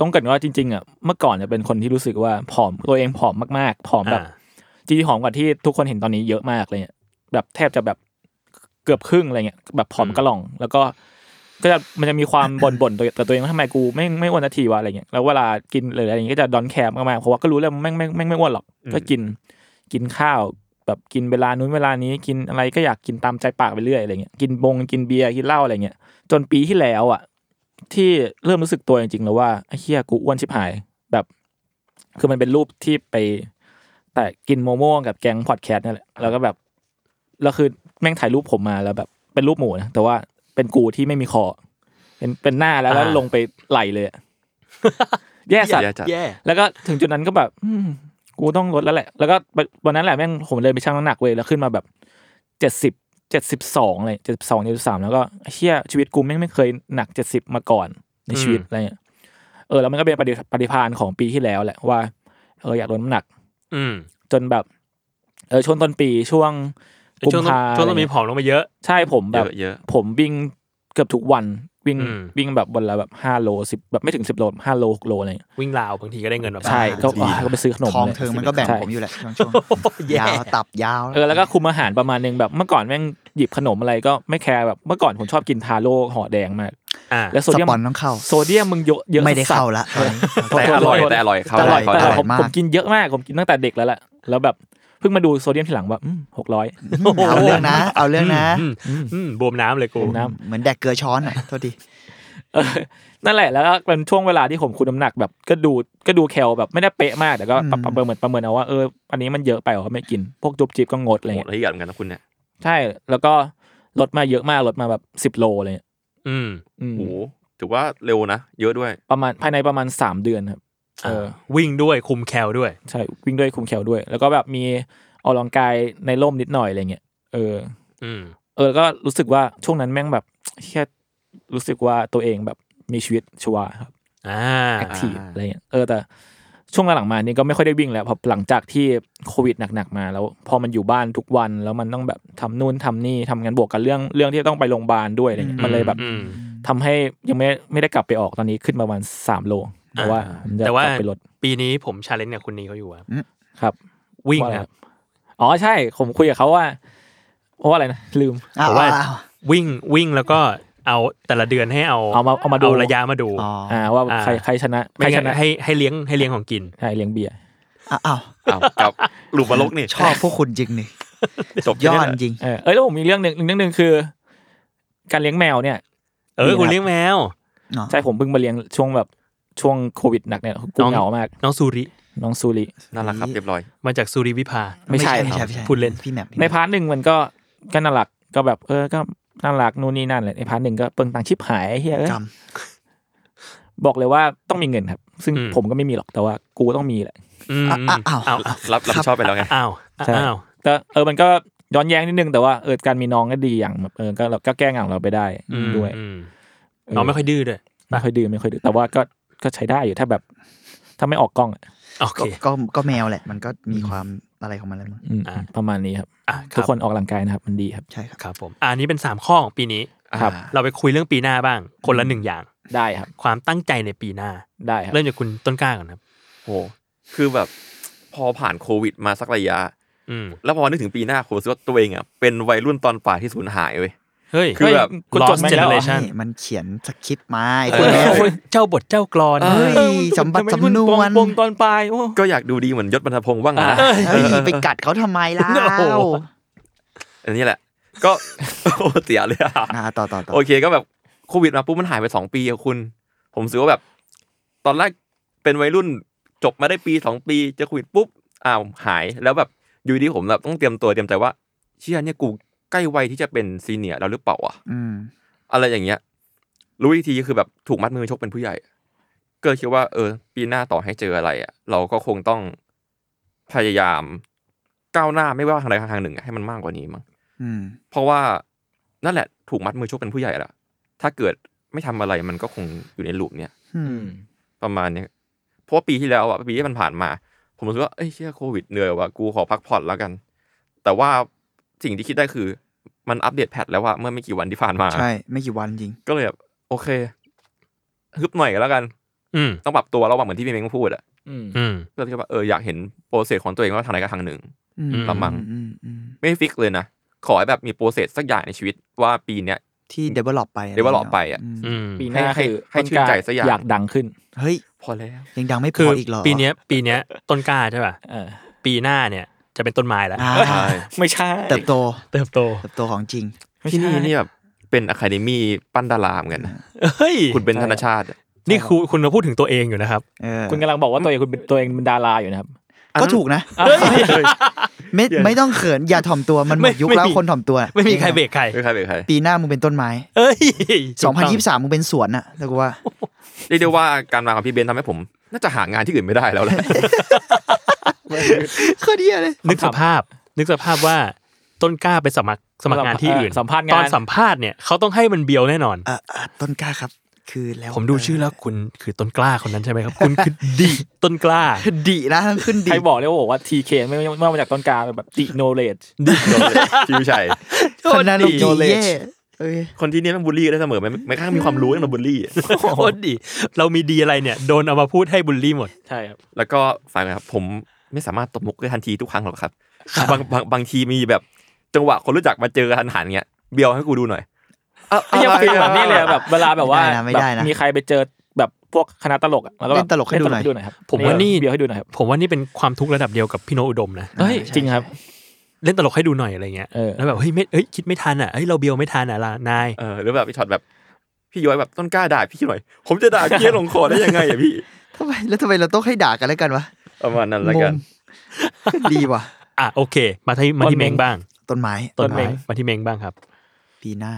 Speaker 5: ต้องกันว่าจริงๆอ่ะเมื่อก่อนเนี่ยเป็นคนที่รู้สึกว่าผอมตัวเองผอมมากๆผอมแบบ
Speaker 2: อ่า
Speaker 5: จริงๆผอมกว่าที่ทุกคนเห็นตอนนี้เยอะมากเลยเนี่ยแบบแทบจะแบบเกือบครึ่งอะไรเงี้ยแบบผอมกระหล่อง แล้วก็ก็จะมันจะมีความ บ่นๆตัวกับตัวเองว่าทำไมกูไม่ไม่อ้วนนาทีวะอะไรเงี้ยแล้วเวลากินหรืออะไรอย่างเงี้ยก็จะดอนแคมมากๆเพราะว่าก็รู้แล้วแม่งแม่งแม่งไม่อ้วนหรอกก็กินกินข้าว แบบกินเวลานู้นเวลานี้กินอะไรก็อยากกินตามใจปากไปเรื่อยอะไรเงี้ยกินบงกินเบียร์กินเหล้าอะไรเงี้ย จนปีที่แล้วอ่ะ ที่เริ่มรู้สึกตัวจริงๆแล้วว่าไอ้เฮียกูอ้วนชิบหายแบบ คือมันเป็นรูปที่ไป แต่กินโมโม่กับแกงพอดแคสต์นั่นแหละแล้วก็แบบแล้วคือแม่งถ่ายรูปผมมาแล้วแบบ เป็นรูปหมูนะแต่ว่าเป็นกูที่ไม่มีคอเป็นเป็นหน้าแล้วแล้ว
Speaker 2: อ่า
Speaker 5: ลงไปไหล เลยอะ แย่สัต
Speaker 4: แย่
Speaker 5: ว์
Speaker 4: จัด
Speaker 2: แย่
Speaker 5: แล้วก็ถึงจุดนั้นก็แบบ อืมกูต้องลดแล้วแหละ แล้วก็วันนั้นแหละแม่งผมเลยไปชั่งน้ำหนักเว้ยแล้วขึ้นมาแบบเจ็ดสิบเจ็ดสิบสองเลยเจ็ดสิบสองเจ็ดสิบสามแล้วก็เชี่ยชีวิตกูแม่งไม่เคยหนักเจ็ดสิบมาก่อนในชีวิต
Speaker 2: อืม
Speaker 5: อะไรเงี้ยเออแล้วมันก็เป็นปฏิปฏิพานของปีที่แล้วแหละว่าเอออยากลดน้ำหนัก
Speaker 2: อืม
Speaker 5: จนแบบ เออช่วงต้นปีช่วง
Speaker 2: แต่
Speaker 5: กุม
Speaker 2: ช่วงต้น
Speaker 5: ภา
Speaker 2: ช่วงต้องมีผอมลงมาเยอะ
Speaker 5: ใช่ผมแบบ
Speaker 4: เยอะ
Speaker 5: ผมวิ่งเกือบทุกวันวิ่ง
Speaker 2: อืม
Speaker 5: วิ่งแบบวันละแบบห้าโลสิบแบบไม่ถึงสิบโลห้าโลหกโลอะไรเงี้ย
Speaker 2: วิ่งราวบางทีก็ได้เงินมาบ้าง
Speaker 5: ใช่ก็อ่ะก็ไปซื้อขนม
Speaker 3: ทอง
Speaker 5: นี่ย
Speaker 3: เทิงมันก็แบ่งผมอยู่แหละช่วงช่วง
Speaker 2: แย่
Speaker 3: ยาวตับยาว
Speaker 5: เออแล้วก็คุมอาหารประมาณนึงแบบเมื่อก่อนแม่งหยิบขนมอะไรก็ไม่แคร์แบบเมื่อก่อนผมชอบกินทาโร่ห่อแดงมาก
Speaker 2: อ่า
Speaker 5: แล้วโซ
Speaker 3: ส
Speaker 5: เดียม
Speaker 3: ปอนต้องเข้า
Speaker 5: โซเดียมมึงเยอะเยอะ
Speaker 3: ไม่ได้
Speaker 5: สัส
Speaker 3: เข้าละตอนนี้
Speaker 4: แต่อร่อยแต่อร่อยเขา
Speaker 5: แต่อร่อย
Speaker 3: อร่อย
Speaker 5: แต่อร่อย
Speaker 3: อร่อย
Speaker 5: ผม
Speaker 3: มาก
Speaker 5: ผมกินเยอะมากผมกินตั้งแต่เด็กแล้วแหละแล้วแบบเพิ่งมาดูโซเดียมทีหลังว่าหกร้ อย
Speaker 3: เอาเรื่องนะ เอาเรื่องนะ
Speaker 2: มอืมบวมน้ำเลยกู
Speaker 5: น้
Speaker 3: เหมือนแดกเกลือช้อนอ่ะโทษที
Speaker 5: ำเออนั่นแหละแล้วก็เป็นช่วงเวลาที่ผมคุมน้ำหนักแบบก็ดูก็ดูแคลแบบไม่ได้เป๊ะมากแต่ก็ปรับป
Speaker 3: อืม
Speaker 5: ระเมินประเมินเอาว่าเอออันนี้มันเยอะไปเหรอไม่กินพวกจุบจิบก็งดอะไร
Speaker 4: โหด
Speaker 5: เงี้ย
Speaker 4: ละเอียดเหมือนกันนะคุณเนี่ย
Speaker 5: ใช่แล้วก็ลดมาเยอะมากลดมาแบบสิบโลเลย
Speaker 2: อืม
Speaker 5: อืม
Speaker 4: โอ้โหถือว่าเร็วนะ เยอะด้วย
Speaker 5: ประมาณภายในประมาณสามเดือนครับ เออ
Speaker 2: วิ่งด้วยคุมแคลด้วย
Speaker 5: ใช่ วิ่งด้วยคุมแขวด้วย แล้วก็แบบมีออกกำลังกายในร่มนิดหน่อยอะไรเงี้ยเออ
Speaker 2: อืม
Speaker 5: เออแล้วก็รู้สึกว่าช่วงนั้นแม่งแบบแค่รู้สึกว่าตัวเองแบบมีชีวิตชีวาครับ
Speaker 2: อ่า
Speaker 5: แอคทีฟอะไรเงี้ยเออแต่ช่วงหลังๆมานี่ก็ไม่ค่อยได้วิ่งแล้วเพราะหลังจากที่โควิดหนักๆมาแล้ว พอมันอยู่บ้านทุกวันแล้วมันต้องแบบทำนู่นทำนี่ทำงานบวกกับเรื่องเรื่องที่ต้องไปโรงพยาบาลด้วยอะไรเงี้ยมันเลยแบบ
Speaker 2: อืม
Speaker 5: ทำให้ยังไม่ไม่ได้กลับไปออกตอนนี้ขึ้นประมาณสามโลแต่ว่าผมจะ
Speaker 2: แต่ว่าก
Speaker 5: ลับไปลด
Speaker 2: ปีนี้ผมชาเลนจ์กับคุณนีเขาอยู่ครับ
Speaker 5: ครับ
Speaker 2: วิ่ง
Speaker 5: ว่าอะไร
Speaker 2: ครับ
Speaker 5: อ๋อใช่ ผมคุยกับเขาว่าเพราะว่าอะไรนะ ลืม
Speaker 3: อ้าว
Speaker 2: ผมว่า
Speaker 3: อ้าว
Speaker 2: วิ่งวิ่งแล้วก็เอาแต่ละเดือนให้เอา
Speaker 5: เอามาเอามาดู
Speaker 2: ระยะมาดู
Speaker 3: อ๋อ
Speaker 5: อ่าว่าใคร
Speaker 2: อ่า
Speaker 5: ใครชนะใค
Speaker 2: ไม่
Speaker 5: รช
Speaker 2: งั้น
Speaker 5: นะ
Speaker 2: ให้ให้เลี้ยงให้เลี้ยงของกิน
Speaker 5: ใช่เลี้ยงเบียร์
Speaker 3: อ้าวอ้าว
Speaker 4: อ้าวกลับหลุมนรกนี่
Speaker 3: ชอบพวกคุณจริงนี่
Speaker 4: จบ
Speaker 3: ย
Speaker 4: แค่
Speaker 3: อดจ
Speaker 4: นี้แหละ
Speaker 3: ริง
Speaker 5: เออเอ้ยแล้วผมมีเรื่องหนึ่งอีกเรื่องหนึ่งคือ การเลี้ยงแมวเนี่ย
Speaker 2: เออคุณเลี้ยงแมว
Speaker 5: ใช่ผมเพิ่งมาเลี้ยงช่วงแบบช่วงโควิดหนักเนี่ยกู
Speaker 2: น้อง
Speaker 5: เหงามาก
Speaker 2: น้องซูริ
Speaker 5: น้องซูริ
Speaker 4: นั่นแหละครับเรียบร้อย
Speaker 2: มาจากซูริวิภา
Speaker 5: ไม่ใช่
Speaker 3: ไม่
Speaker 5: ค
Speaker 3: ใช่
Speaker 5: รับ
Speaker 3: ไม่ใช่
Speaker 2: พูดเล่น
Speaker 3: พี่แหม่มพี่
Speaker 5: ใน
Speaker 3: แหม่ม
Speaker 5: พาร์ทหนึ่งมันก็ก็น่ารักก็แบบ เออก็น่ารักนู่นนี่นั่นเลยในพาร์ทหนึ่งก็เปิงตังค์ชิบหายไอ้เฮียเอ้ย
Speaker 3: จ
Speaker 5: บอกเลยว่าต้องมีเงินครับ ซึ่ง
Speaker 2: อืม
Speaker 5: ผมก็ไม่มีหรอกแต่ว่ากูต้องมีแหละ
Speaker 2: อืม
Speaker 3: ำอ้าวอ้าว
Speaker 2: เอา
Speaker 4: รับรับผิดชอบไปแล้วไง
Speaker 2: เอา
Speaker 5: ใช่
Speaker 2: เอา
Speaker 5: แต่เออมันก็ ย้อนแย้งนิดนึงแต่ว่าเออการมีน้องก็ดีอย่างแบบเออก็เราก็แก้เหงาเราไปได้
Speaker 2: อืม
Speaker 5: ด้วย
Speaker 2: อืม
Speaker 5: เออ
Speaker 2: น้องไม่ค่อยดื้อด้วย
Speaker 5: ไม่ค่อยดื้อไม่ค่อยดื้อแต่ว่าก็ก็ใช้ได้อยู่ถ้าแบบ ถ้าไม่ออกกล้องอะ
Speaker 2: โอเค
Speaker 3: ก็ก็ก็แมวแหละ มันก็มีความอะไรของมันแล้วมั้ง
Speaker 5: อืมประมาณนี้ครับ
Speaker 2: อ่ะรับ
Speaker 5: ทุกคนออกกำลังกายนะครับ มันดีครับ
Speaker 3: ใช่ครับ
Speaker 2: ครับผมอะอันนี้เป็นสามข้อของปีนี้
Speaker 5: ครับ
Speaker 2: เราไปคุยเรื่องปีหน้าบ้าง คนละหนึ่งอย่าง
Speaker 5: ได้ครับ
Speaker 2: ความตั้งใจในปีหน้า
Speaker 5: ได้ครับ
Speaker 2: เริ่มจากคุณต้นกล้าก่อนครับ
Speaker 4: โหคือแบบพอผ่านโควิดมาสักระยะ
Speaker 2: อืม
Speaker 4: แล้วพอนึกถึงปีหน้าผมรู้สึกว่าตัวเองอ่ะเป็นวัยรุ่นตอนป่าที่สูญหายเว้ย
Speaker 2: เฮ้ย
Speaker 4: คือแบบ
Speaker 5: เฮ้ยคุณจด
Speaker 2: lost
Speaker 5: มาแล้วเหรอ
Speaker 2: generation
Speaker 3: นี่มันเขียนสคริปต์มาไอ้
Speaker 4: เอ
Speaker 3: คน
Speaker 4: อ
Speaker 3: เนี้ย
Speaker 2: เจ้าบทเจ้ากรอน
Speaker 3: เอ้ย
Speaker 5: เออ
Speaker 3: สำบัด
Speaker 5: ทไ
Speaker 3: สำนวน
Speaker 5: ปงตอนปลายโอ้
Speaker 4: ก็อยากดูดีเหมือนยศบรรทพงษ์บ้างอะนะ
Speaker 3: เฮ้ยไปกัดเขาทำไมล่ะ
Speaker 2: โอ้โห
Speaker 4: อันนี้แหละ ก็ โอ้เสียเลยอะ
Speaker 3: อ่าต่อต่อต่อ
Speaker 4: โอเคก็แบบโควิดมาปุ๊บมันหายไปสองปีอะคุณ ผมรู้สึกว่าแบบ ตอนแรกเป็นวัยรุ่นจบมาได้ปีสองปีเจะโควิดปุ๊บอ้าวหายแล้วแบบอยู่ดีผมแบบต้องเตรียมตัวเตรียมใจว่าเชี่ยเนี่ยกูใกล้วัยที่จะเป็นซีเนียร์แล้วหรือเปล่าอะ
Speaker 3: อืม
Speaker 4: อะไรอย่างเงี้ย รู้อีกทีคือแบบถูกมัดมือชกเป็นผู้ใหญ่ ก็เลยคิดว่า เออ ปีหน้าต่อให้เจออะไรอ่ะ เราก็คงต้องพยายามก้าวหน้าไม่ว่าทางใดทางหนึ่งอะให้มันมากกว่านี้มั้ง
Speaker 3: อืม
Speaker 4: เพราะว่านั่นแหละถูกมัดมือชกเป็นผู้ใหญ่ละถ้าเกิดไม่ทำอะไรมันก็คงอยู่ในลูปเนี้ย
Speaker 3: อืม
Speaker 4: ประมาณเนี้ยเพราะว่าปีที่แล้วอ่ะปีที่มันผ่านมา ผมรู้สึกว่าเอ้ยเชื่อโควิดเหนื่อยว่ะกูขอพักผ่อนแล้วกัน แต่ว่าสิ่งที่คิดได้คือมันอัปเดตแพทแล้วว่าเมื่อไม่กี่วันที่ผ่านมา
Speaker 3: ใช่ ไม่กี่วันจริง
Speaker 4: ก็เลยแบบโอเคฮึบหน่อยก็แล้วกัน
Speaker 2: อืม
Speaker 4: ต้องปรับตัวระหว่างเหมือนที่พี่เม้งพูดอะ
Speaker 2: อืม
Speaker 4: ก็เลยคิดว่าเอออยากเห็นโปรเซสของตัวเองว่าทางไหนกับทางหนึ่ง
Speaker 3: อืม
Speaker 4: ประมาณ
Speaker 3: อืมอืม
Speaker 4: ไม่ฟิกเลยนะ ขอให้แบบมีโปรเซสสักอย่างในชีวิตว่าปีเนี้ย
Speaker 3: ที่ develop ไปะร
Speaker 4: develop ไปอะ
Speaker 3: ม
Speaker 2: อืม
Speaker 5: ปีหน้า
Speaker 4: ให้
Speaker 5: คือ
Speaker 4: ให้ชื่นใจสักอย่าง
Speaker 5: อยากดังขึ้น
Speaker 3: เฮ้ย
Speaker 4: พอแล้ว
Speaker 3: ยังดังไม่พ
Speaker 2: คือ อ
Speaker 3: อีกเหรอ
Speaker 2: ปีเนี้ยปีเนี้ยต้นกล้าใช่ป่ะ
Speaker 5: เออ
Speaker 2: ปีหน้าเนี่ยจะเป็นต้นไม้แล้ว
Speaker 3: อ่า
Speaker 4: ใช่
Speaker 5: ไม่ใช่
Speaker 3: เติบโต
Speaker 2: เติบโต
Speaker 3: เติบโตของจริง
Speaker 4: ที่นี่นี่แบบเป็นอะคาเดมี่ปั้นดาราเหมือนกันนะ
Speaker 2: เฮ้ย
Speaker 4: คุณเป็นธนชาติอะ
Speaker 2: นี่คือคุณมาพูดถึงตัวเองอยู่นะครับ
Speaker 3: เออ
Speaker 5: คุณกำลังบอกว่าตัวเองคุณเป็นตัวเองเป็นดาราอยู่ นะครับ
Speaker 3: ก็ถูกนะ ไม่ไม่ต้องเขิน อย่าถ่อมตัว มันหม
Speaker 2: ไม่
Speaker 3: ดยุค
Speaker 2: ไม่
Speaker 3: แล้ว
Speaker 2: มี
Speaker 3: คนถ่อมตัว
Speaker 2: ไม่มีใครเบรกใคร
Speaker 4: ไม่ใครเป็นใคร
Speaker 3: ปีหน้ามึงเป็นต้นไม้
Speaker 2: เอ้ย
Speaker 3: 2023 มึงเป็นสวนอะแล้วกูว่า
Speaker 4: เรียกได้ว่าการมาของพี่เบนทำให้ผม น่าจะหางานที่อื่นไม่ได้ แล้วแหละ
Speaker 3: ข้อเดียวเลย
Speaker 2: นึกสภาพ นึกสภาพว่าต้นกล้าไปสมัครสมัครงานที่อื่น
Speaker 5: สัมภาษณ์งาน
Speaker 2: ตอนสัมภาษณ์เนี่ยเขาต้องให้มันเบียวแน่นอน
Speaker 3: เอ่อเอ่อต้นกล้าครับ คือแล้ว
Speaker 2: ผมดูชื่อแล้วคุณคือต้นกล้าคนนั้นใช่ไหมครับ คุณคือดีต้นกล้า
Speaker 3: ดีนะทั้งขึ้นดี
Speaker 5: ใครบอกเลยว่าบอกว่า TK ไม่ไม่ไม่มาจากต้นกาแบบติโนเลด
Speaker 4: ชิวชัย
Speaker 3: คณะโน
Speaker 5: โน
Speaker 3: กี
Speaker 5: เลจ
Speaker 3: เย่เอ้ย
Speaker 4: คนที่นี่แมันบูลลี่ได้เสมอแม้แม้กระทั่งมีความรู้ยังโดนบูลลี่
Speaker 2: โคตรดี เรามีดีอะไรเนี่ย โดนเอามาพูดให้บุลลี่หมด
Speaker 5: ใช่ครับ
Speaker 4: แล้วก็ฝากนะครับผมไม่สามารถตบมุกได้ทันทีทุกครั้งหรอกครับบางบางบางทีมีแบบจังหวะคนรู้จักมาเจอหันหันๆเงี้ยเบียวให้กูดูหน่อยอะ
Speaker 5: ไม่ใช่
Speaker 4: อะ
Speaker 5: ว่า
Speaker 4: ไร
Speaker 5: แบบนี้เลย
Speaker 4: อะ
Speaker 5: แบบเวลาแบบว่า
Speaker 3: ไม่ได้นะไม่ได้นะ
Speaker 5: มีใครไปเจอแบบพวกคณะตลกอะแล้วก็แบบ
Speaker 3: เล่นตลกให้ดูหน่อย
Speaker 5: เล่นครับ
Speaker 2: ผมว่านี่
Speaker 5: เบียวให้ดูหน่อยครับ
Speaker 2: ผมว่านี่เป็นความทุกข์ระดับเดียวกับพี่โนตอุดมนะ
Speaker 5: เฮ้ยจริงครับ
Speaker 2: เล่นตลกให้ดูหน่อยอะไรเงี้ย
Speaker 5: เออ
Speaker 2: แล้วแบบเฮ้ยไม่เอ้ยคิดไม่ทันอ่ะเฮ้ยเราเบียวไม่ทันอ่ะล่ะนาย
Speaker 4: เออหรือแบบพี่ช็อตแบบพี่ย้อยแบบต้นกล้าด่าพี่หน่อย ผมจะด่าพี่ให้ลงคอได้ยังไงอ่ะพี่
Speaker 3: ทำไมแล้วทำไมเราต้องให้ด่ากันแล้วกันวะ
Speaker 4: ประมาณนั้นละกัน
Speaker 3: ง งดีว่ะ
Speaker 2: อ่ะโอเค มาที่มาที่
Speaker 5: ต้นเม้
Speaker 2: เม
Speaker 5: ง
Speaker 2: งบ้าง
Speaker 3: ต้นไม้
Speaker 5: ต้นไม้
Speaker 2: มาที่เมงบ้างครับ
Speaker 3: ปีหน้า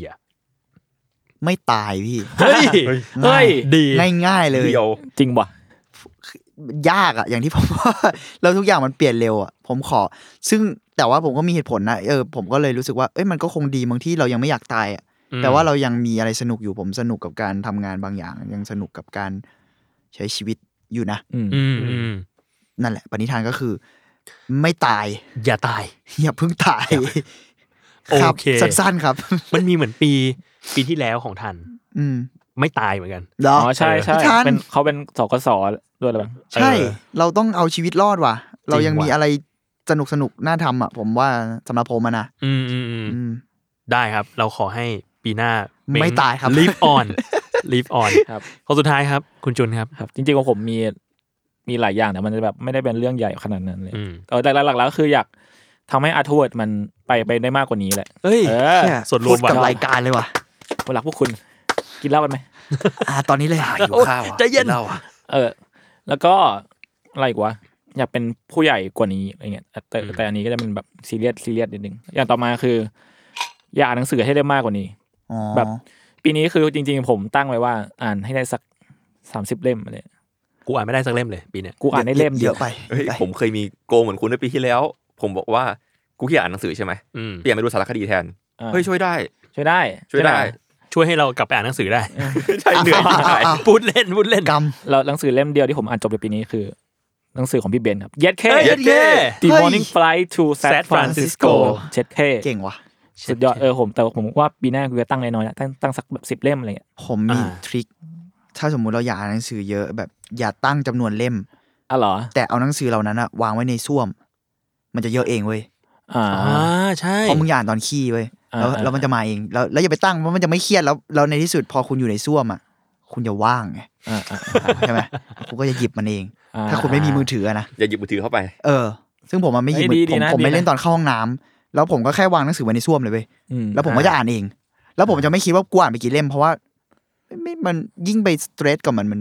Speaker 2: อย่า
Speaker 3: ไม่ตายพี่
Speaker 2: เฮ้ย
Speaker 5: เฮ้ย
Speaker 2: ดี
Speaker 3: ง่ายง่ายๆเลย
Speaker 4: เดียว
Speaker 5: จริงว่ะ
Speaker 3: ยากอะอย่างที่ผมว่า แล้วทุกอย่างมันเปลี่ยนเร็วอะผมขอ ซึ่งแต่ว่าผมก็มีเหตุผลนะเออผมก็เลยรู้สึกว่าเอ้ยมันก็คงดีบางที่เรายังไม่อยากตายอะ
Speaker 2: อืม
Speaker 3: แต่ว่าเรายังมีอะไรสนุกอยู่ผมสนุกกับการทำงานบางอย่าง ยังสนุกกับการใช้ชีวิตอยู่นะ
Speaker 5: อืม
Speaker 2: อืมอืม
Speaker 3: นั่นแหละปณิธานก็คือ ไม่ตาย
Speaker 2: อย่าตาย
Speaker 3: อย่าเพิ่งตาย
Speaker 2: โอ
Speaker 3: รับ
Speaker 2: เค
Speaker 3: สั้นๆครับ
Speaker 2: มันมีเหมือนปีปีที่แล้วของทัน
Speaker 3: อืม
Speaker 2: ไม่ตายเหมือนกัน
Speaker 3: เหรอ
Speaker 5: อ๋อใช่ใช่
Speaker 3: พี่ทัน
Speaker 5: เป็นเขาเป็นสกสด้วยหรือเปล่า
Speaker 3: ใช่ เราต้องเอาชีวิตรอดว่ะ เรายัง
Speaker 2: จริงว่ะ
Speaker 3: มีอะไรสนุกสนุกๆน่าทำอ่ะ ผมว่าสำหรับผมอะนะ
Speaker 2: อืมอืมอืม
Speaker 3: อืม
Speaker 2: ได้ครับ เราขอให้ปีหน้าเง
Speaker 3: ไม่ตายครับ
Speaker 2: live on live on
Speaker 5: ครับ
Speaker 2: คนสุดท้ายครับ คุณจุนครับ
Speaker 5: ครับ จริงๆของผมมีมีหลายอย่างแต่มันจะแบบไม่ได้เป็นเรื่องใหญ่ขนาดนั้นเลย
Speaker 2: อืม
Speaker 5: เออแต่หลักๆแล้วก็คืออยากทำให้อาร์ทเวิร์ดมันไปไปได้มากกว่านี้แหละ
Speaker 2: เอ้ย
Speaker 5: เออ
Speaker 3: เนี่ย
Speaker 2: ส่วนรวม
Speaker 3: พูดกับ
Speaker 2: ว่ะ
Speaker 3: รายการเลยว่ะ
Speaker 5: ผมรักพวกคุณกินเหล้ากันไหม
Speaker 3: อ่า ตอนนี้เลย
Speaker 4: หิวข้าวอ่ะ
Speaker 2: ใจเย็น
Speaker 4: กิเหล้าอ่ะ
Speaker 5: เออ แล้วก็อะไรอีกวะอยากเป็นผู้ใหญ่กว่านี้อะไรเงี้ยแต่แต่
Speaker 2: อืม
Speaker 5: แต่อันนี้ก็จะเป็นแบบซีเรียสซีเรียสนิดนึงอย่างต่อมาคือ อยากอ่านหนังสือให้ได้มากกว่านี้
Speaker 3: อ๋อ
Speaker 5: แบบ ปีนี้คือจริง ๆ ผมตั้งไว้ว่า อ่านให้ได้สักสามสิบเล่มอะไร
Speaker 2: กูอ่านไม่ได้สักเล่มเลยปีเนี้ย
Speaker 5: กูอ่านได้เล่มเดีย
Speaker 3: เย
Speaker 5: ว
Speaker 3: อะไป
Speaker 4: เฮ้ยผมเคยมีโกงเหมือนคุณในปีที่แล้ว ผมบอกว่า กูขี้อ่านหนังสือใช่ไหม
Speaker 2: อืม
Speaker 4: เปลี่ยนไปดูสารคดีแทน
Speaker 5: อ่า
Speaker 4: เฮ้ยช่วยได้
Speaker 5: ช่วยได้
Speaker 4: ช่วย
Speaker 5: ห
Speaker 4: ได้
Speaker 5: ม
Speaker 2: ช่วยให้เรากลับไปอ่านหนังสือได้
Speaker 4: ใช่เหนื่อยที่ไหน
Speaker 2: พูดเล่นพูดเล่น
Speaker 3: กรรม
Speaker 5: เราหนังสือเล่มเดียวที่ผมอ่านจบในปีนี้คือ หนังสือของพี่เบนครับ Yet
Speaker 2: เฮ้ย
Speaker 5: K
Speaker 2: เย็ดเย่
Speaker 5: The
Speaker 3: เฮ้ย
Speaker 5: Morning Flight to San
Speaker 2: San Francisco
Speaker 5: Francisco เจ็ดเท่
Speaker 3: เก่งว่ะ
Speaker 5: สุดยอดเออผมแต่ผมว่าปีหน้ากูจะตั้งน้อยๆนะตั้งตั้งสักแบบสิบเล่มอะไรเงี้ย
Speaker 3: ผมมี
Speaker 2: อ่า
Speaker 3: ทริค ถ้าสมมุติเราอยากอ่านหนังสือเยอะแบบอย่าตั้งจำนวนเล่ม
Speaker 5: อ่ะเหรอ
Speaker 3: แต่เอาหนังสือเหล่านั้นอะวางไว้ในส้วม มันจะเยอะเองเว้ย
Speaker 5: อ่า
Speaker 2: อ่าใช่
Speaker 3: เพราะมึงอย่าอ่านตอนขี้เว้ย
Speaker 5: อ่า
Speaker 3: แล้ว
Speaker 5: อ่า
Speaker 3: แล้วมันจะมาเองแล้วแล้วอย่าไปตั้งเพราะมันจะไม่เครียดแล้วแล้วในที่สุดพอคุณอยู่ในส้วมอะคุณจะว่างไง
Speaker 5: อ่าอ่า
Speaker 3: ใช่ไหมคุณก็จะหยิบมันเอง
Speaker 5: อ่
Speaker 3: ถ้าคุณไม่มีมือถืออะนะ
Speaker 4: อย่าหยิบมือถือเข้าไป
Speaker 3: เออ ซึ่งผมมันไม่หยิบ
Speaker 5: เอ้ยดี
Speaker 3: ผม
Speaker 5: ดีนะ
Speaker 3: ผมไม่
Speaker 5: ดีนะ
Speaker 3: เล่นตอนเข้าห้องน้ำแล้วผมก็แค่วางหนังสือไว้ในส้วมเลยเว้ย
Speaker 5: อืม
Speaker 3: แล้วผมก็จะอ่านเอง แล้วผมจะไม่คิดว่ากูอ่านไปกี่เล่ม เพราะว่าไม่มันยิ่งไปสเตรสกับมันมัน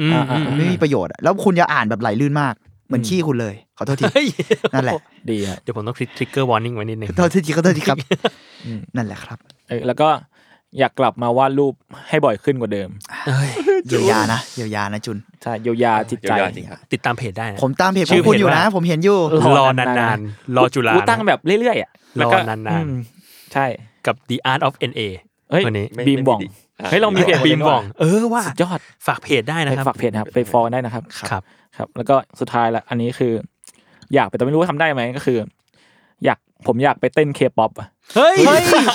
Speaker 2: อืม
Speaker 5: อ่าอ่า
Speaker 3: มันไม่มีประโยชน์อะแล้วคุณจะอ่านแบบไหลลื่นมาก เหมือนขี้คุณเลย ขอโทษที
Speaker 2: เฮ้ย
Speaker 3: นั่นแหละ
Speaker 5: ดีครับ
Speaker 2: เดี๋ยวผมต้องทริกเกอร์วอร์นิ่งไว้นิดนึง
Speaker 3: ขอโทษทีขอโทษทีครับ นั่นแหละครับ
Speaker 5: เออแล้วก็อยากกลับมาวาดรูปให้บ่อยขึ้นกว่าเดิม
Speaker 2: เอ้ย
Speaker 3: เยียวยานะเยียวยานะจุน
Speaker 5: ใช่เยียวยาจิตใจ
Speaker 4: เยียวยาจริงครับ
Speaker 2: ติดตามเพจได้นะ
Speaker 3: ผมตามเพจข
Speaker 2: ชื่
Speaker 3: อ
Speaker 2: อง
Speaker 3: คุณอยู่
Speaker 2: เพจ
Speaker 3: นะ
Speaker 2: ว่า
Speaker 3: ผมเห็นอยู่
Speaker 2: ร
Speaker 5: ร
Speaker 2: อ
Speaker 5: อน นานๆ
Speaker 2: านๆ รอจุฬา
Speaker 5: กู
Speaker 2: นะ
Speaker 5: ตั้งแบบเรื่อยๆอ่ะแล้วก็
Speaker 2: รอนานๆ
Speaker 5: อืมใช่
Speaker 2: กับ The Art of NA
Speaker 5: เฮ้ย
Speaker 2: วันนี้
Speaker 4: ไม่
Speaker 5: บีม
Speaker 4: ไม่
Speaker 5: บอง
Speaker 4: ดีะ
Speaker 5: เฮ้ยเรามี
Speaker 4: ดี๋ว
Speaker 5: พจ
Speaker 2: บีมบอง เออว่า
Speaker 5: สุดยอด
Speaker 2: ฝากเพจได้นะ
Speaker 5: ไป
Speaker 2: ครับ
Speaker 5: ฝากเพจนะครับไปฟอลได้นะครับ
Speaker 2: ครับ
Speaker 5: ครับ แล้วก็สุดท้ายละอันนี้คือ อยากไปแต่ไม่รู้ว่าทำได้ไหมก็คือ อยากผมอยากไปเต้นเคป๊อป
Speaker 2: เฮ้ย
Speaker 3: เฮ้ย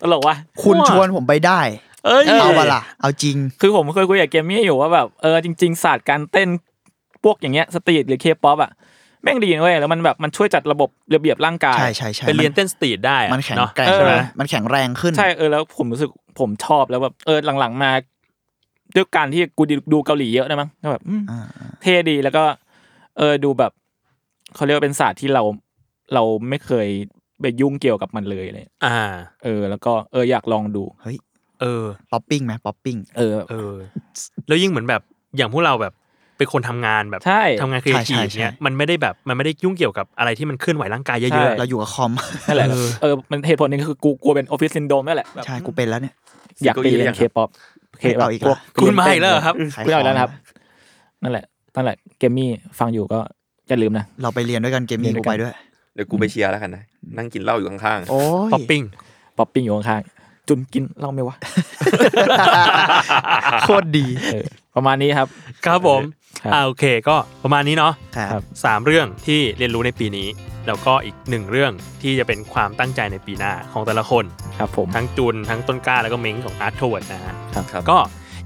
Speaker 5: ตลกว่ะ
Speaker 3: คุณชวนผมไปได้
Speaker 5: เอ้ย
Speaker 3: เอาปะล่ะ เอาจริง
Speaker 5: คือผมเคยคุยกับเกมมี่อยู่ว่าแบบเออจริง ๆ ศาสตร์การเต้นพวกอย่างเงี้ยสตรีทหรือเคป๊อปอ่ะแม่งดีนะเว้ยแล้วมันแบบมันช่วยจัดระบบระเบียบร่างกาย
Speaker 3: ใช่ใช่ใช่
Speaker 2: ไปเรียนเต้นสตรีทได้อะ
Speaker 3: มันแข็ง
Speaker 2: เนาะ
Speaker 3: แกร่ง
Speaker 5: เออ
Speaker 3: ใช่ไหมมันแข็งแรงขึ้น
Speaker 5: ใช่เออแล้วผมรู้สึกผมชอบแล้วแบบเออหลังๆมาด้วยการที่กูดูเกาหลีเยอะนะมั้งก็แบบอืม
Speaker 3: อ่า
Speaker 5: เท่ดีแล้วก็ เออดูแบบเขาเรียกว่าเป็นศาสตร์ที่เราเราไม่เคยไปยุ่งเกี่ยวกับมันเลยเลย
Speaker 2: อ่า
Speaker 5: เออ แล้วก็เอออยากลองดู
Speaker 2: เออ
Speaker 3: ป๊อปปิ้งไหมป๊อปปิ้ง
Speaker 5: เออ
Speaker 2: เออ แล้วยิ่งเหมือนแบบอย่างพวกเราแบบเป็นคนทำงานแบบ
Speaker 5: ใช่
Speaker 2: ทำงานครีเอที
Speaker 3: ใช่
Speaker 2: ฟ
Speaker 3: ใช่
Speaker 2: เนี่ยมันไม่ได้แบบมันไม่ได้ยุ่งเกี่ยวกับอะไรที่มันเคลื่อนไหวร่างกายเย
Speaker 5: ใช่
Speaker 2: อะๆ
Speaker 3: เราอยู่กับคอม
Speaker 5: นั่นแหละเออมันเหตุผลหนึงคือกูกลัวเป็นออฟฟิศซินโดมนั่นแหละแบบ
Speaker 3: ใช่กูเป็นแล้วเนี่ย
Speaker 5: อยากไปเรียนเคป๊อปเคแบ
Speaker 3: เอา
Speaker 5: บ
Speaker 3: อีก
Speaker 5: พวก
Speaker 3: ละ
Speaker 2: คุณมาอีกแล้วเหรอครับ
Speaker 3: ขาย
Speaker 5: คุณเอาอีกแล้ว
Speaker 3: ขง
Speaker 5: นะครับ นั่นแหละนั่นแหละเกมมี่ฟังอยู่ก็อย่าลืมนะ
Speaker 3: เราไปเรียนด้วยกันเกม
Speaker 5: เรี
Speaker 3: มี่
Speaker 5: ยนด้
Speaker 3: กู
Speaker 5: วยกัน
Speaker 3: ไปด้วย
Speaker 4: เดี๋ยวกูไปเชียร์แล้วกันนะนั่งกินเหล้าอยู่ข้าง
Speaker 3: โอ้ย
Speaker 2: ป๊อปปิ้ง
Speaker 5: ป๊อปปิ้งอยู่ข้างๆจุนกินเหล่าไหมวะ
Speaker 3: โคตรดี
Speaker 5: เออประมาณนี้ครับ
Speaker 2: ครับผม
Speaker 5: ครับ
Speaker 2: อ่าโอเค ก็ประมาณนี้เนาะ
Speaker 3: ครั
Speaker 5: ครับ บ
Speaker 2: สามเรื่องที่เรียนรู้ในปีนี้ แล้วก็อีกหนึ่งเรื่องที่จะเป็นความตั้งใจในปีหน้าของแต่ละคน
Speaker 5: ครับผม
Speaker 2: ทั้งจุน ทั้งต้นกล้า แล้วก็เม้งของอาร์ตโทเวิร์ดนะฮะ
Speaker 4: ๆครับ
Speaker 2: ก็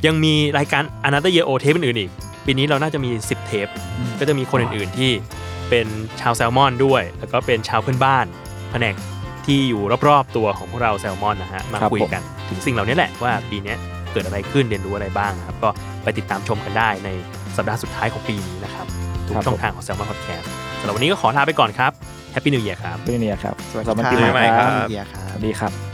Speaker 2: ยังมีรายการ Another Year O เทปอื่นๆอีก ปีนี้เราน่าจะมี 10 เทป ก็จะมีคนอื่นๆที่เป็นชาวแซลมอนด้วย แล้วก็เป็นชาวเพื่อนบ้านแผนกที่อยู่รอบๆตัวของพวกเราแซลมอนนะฮะ มา
Speaker 5: ครับ
Speaker 2: คุย
Speaker 5: ผม
Speaker 2: กัน ถึงสิ่งเหล่านี้แหละว่าปีเนี้ยเกิดอะไรขึ้นเรียนรู้อะไรบ้างนะครับ ก็ไปติดตามชมกันได้ในสัปดาห์สุดท้ายของปีนี้นะครับทุกช่องทางของแซลมอนพอดแคสต์สำหรับวันนี้ก็ขอลาไปก่อนครับแฮปปี้นิวเยียครับ
Speaker 5: เป็นนี่ครับ
Speaker 3: สวัส
Speaker 5: สำหรับ
Speaker 3: ดี
Speaker 5: ปี
Speaker 3: ค
Speaker 5: ใหม่
Speaker 3: รั
Speaker 5: ค
Speaker 3: บ
Speaker 5: รับ
Speaker 3: เฮียครั
Speaker 5: ส
Speaker 3: บ
Speaker 5: วัสดีครับ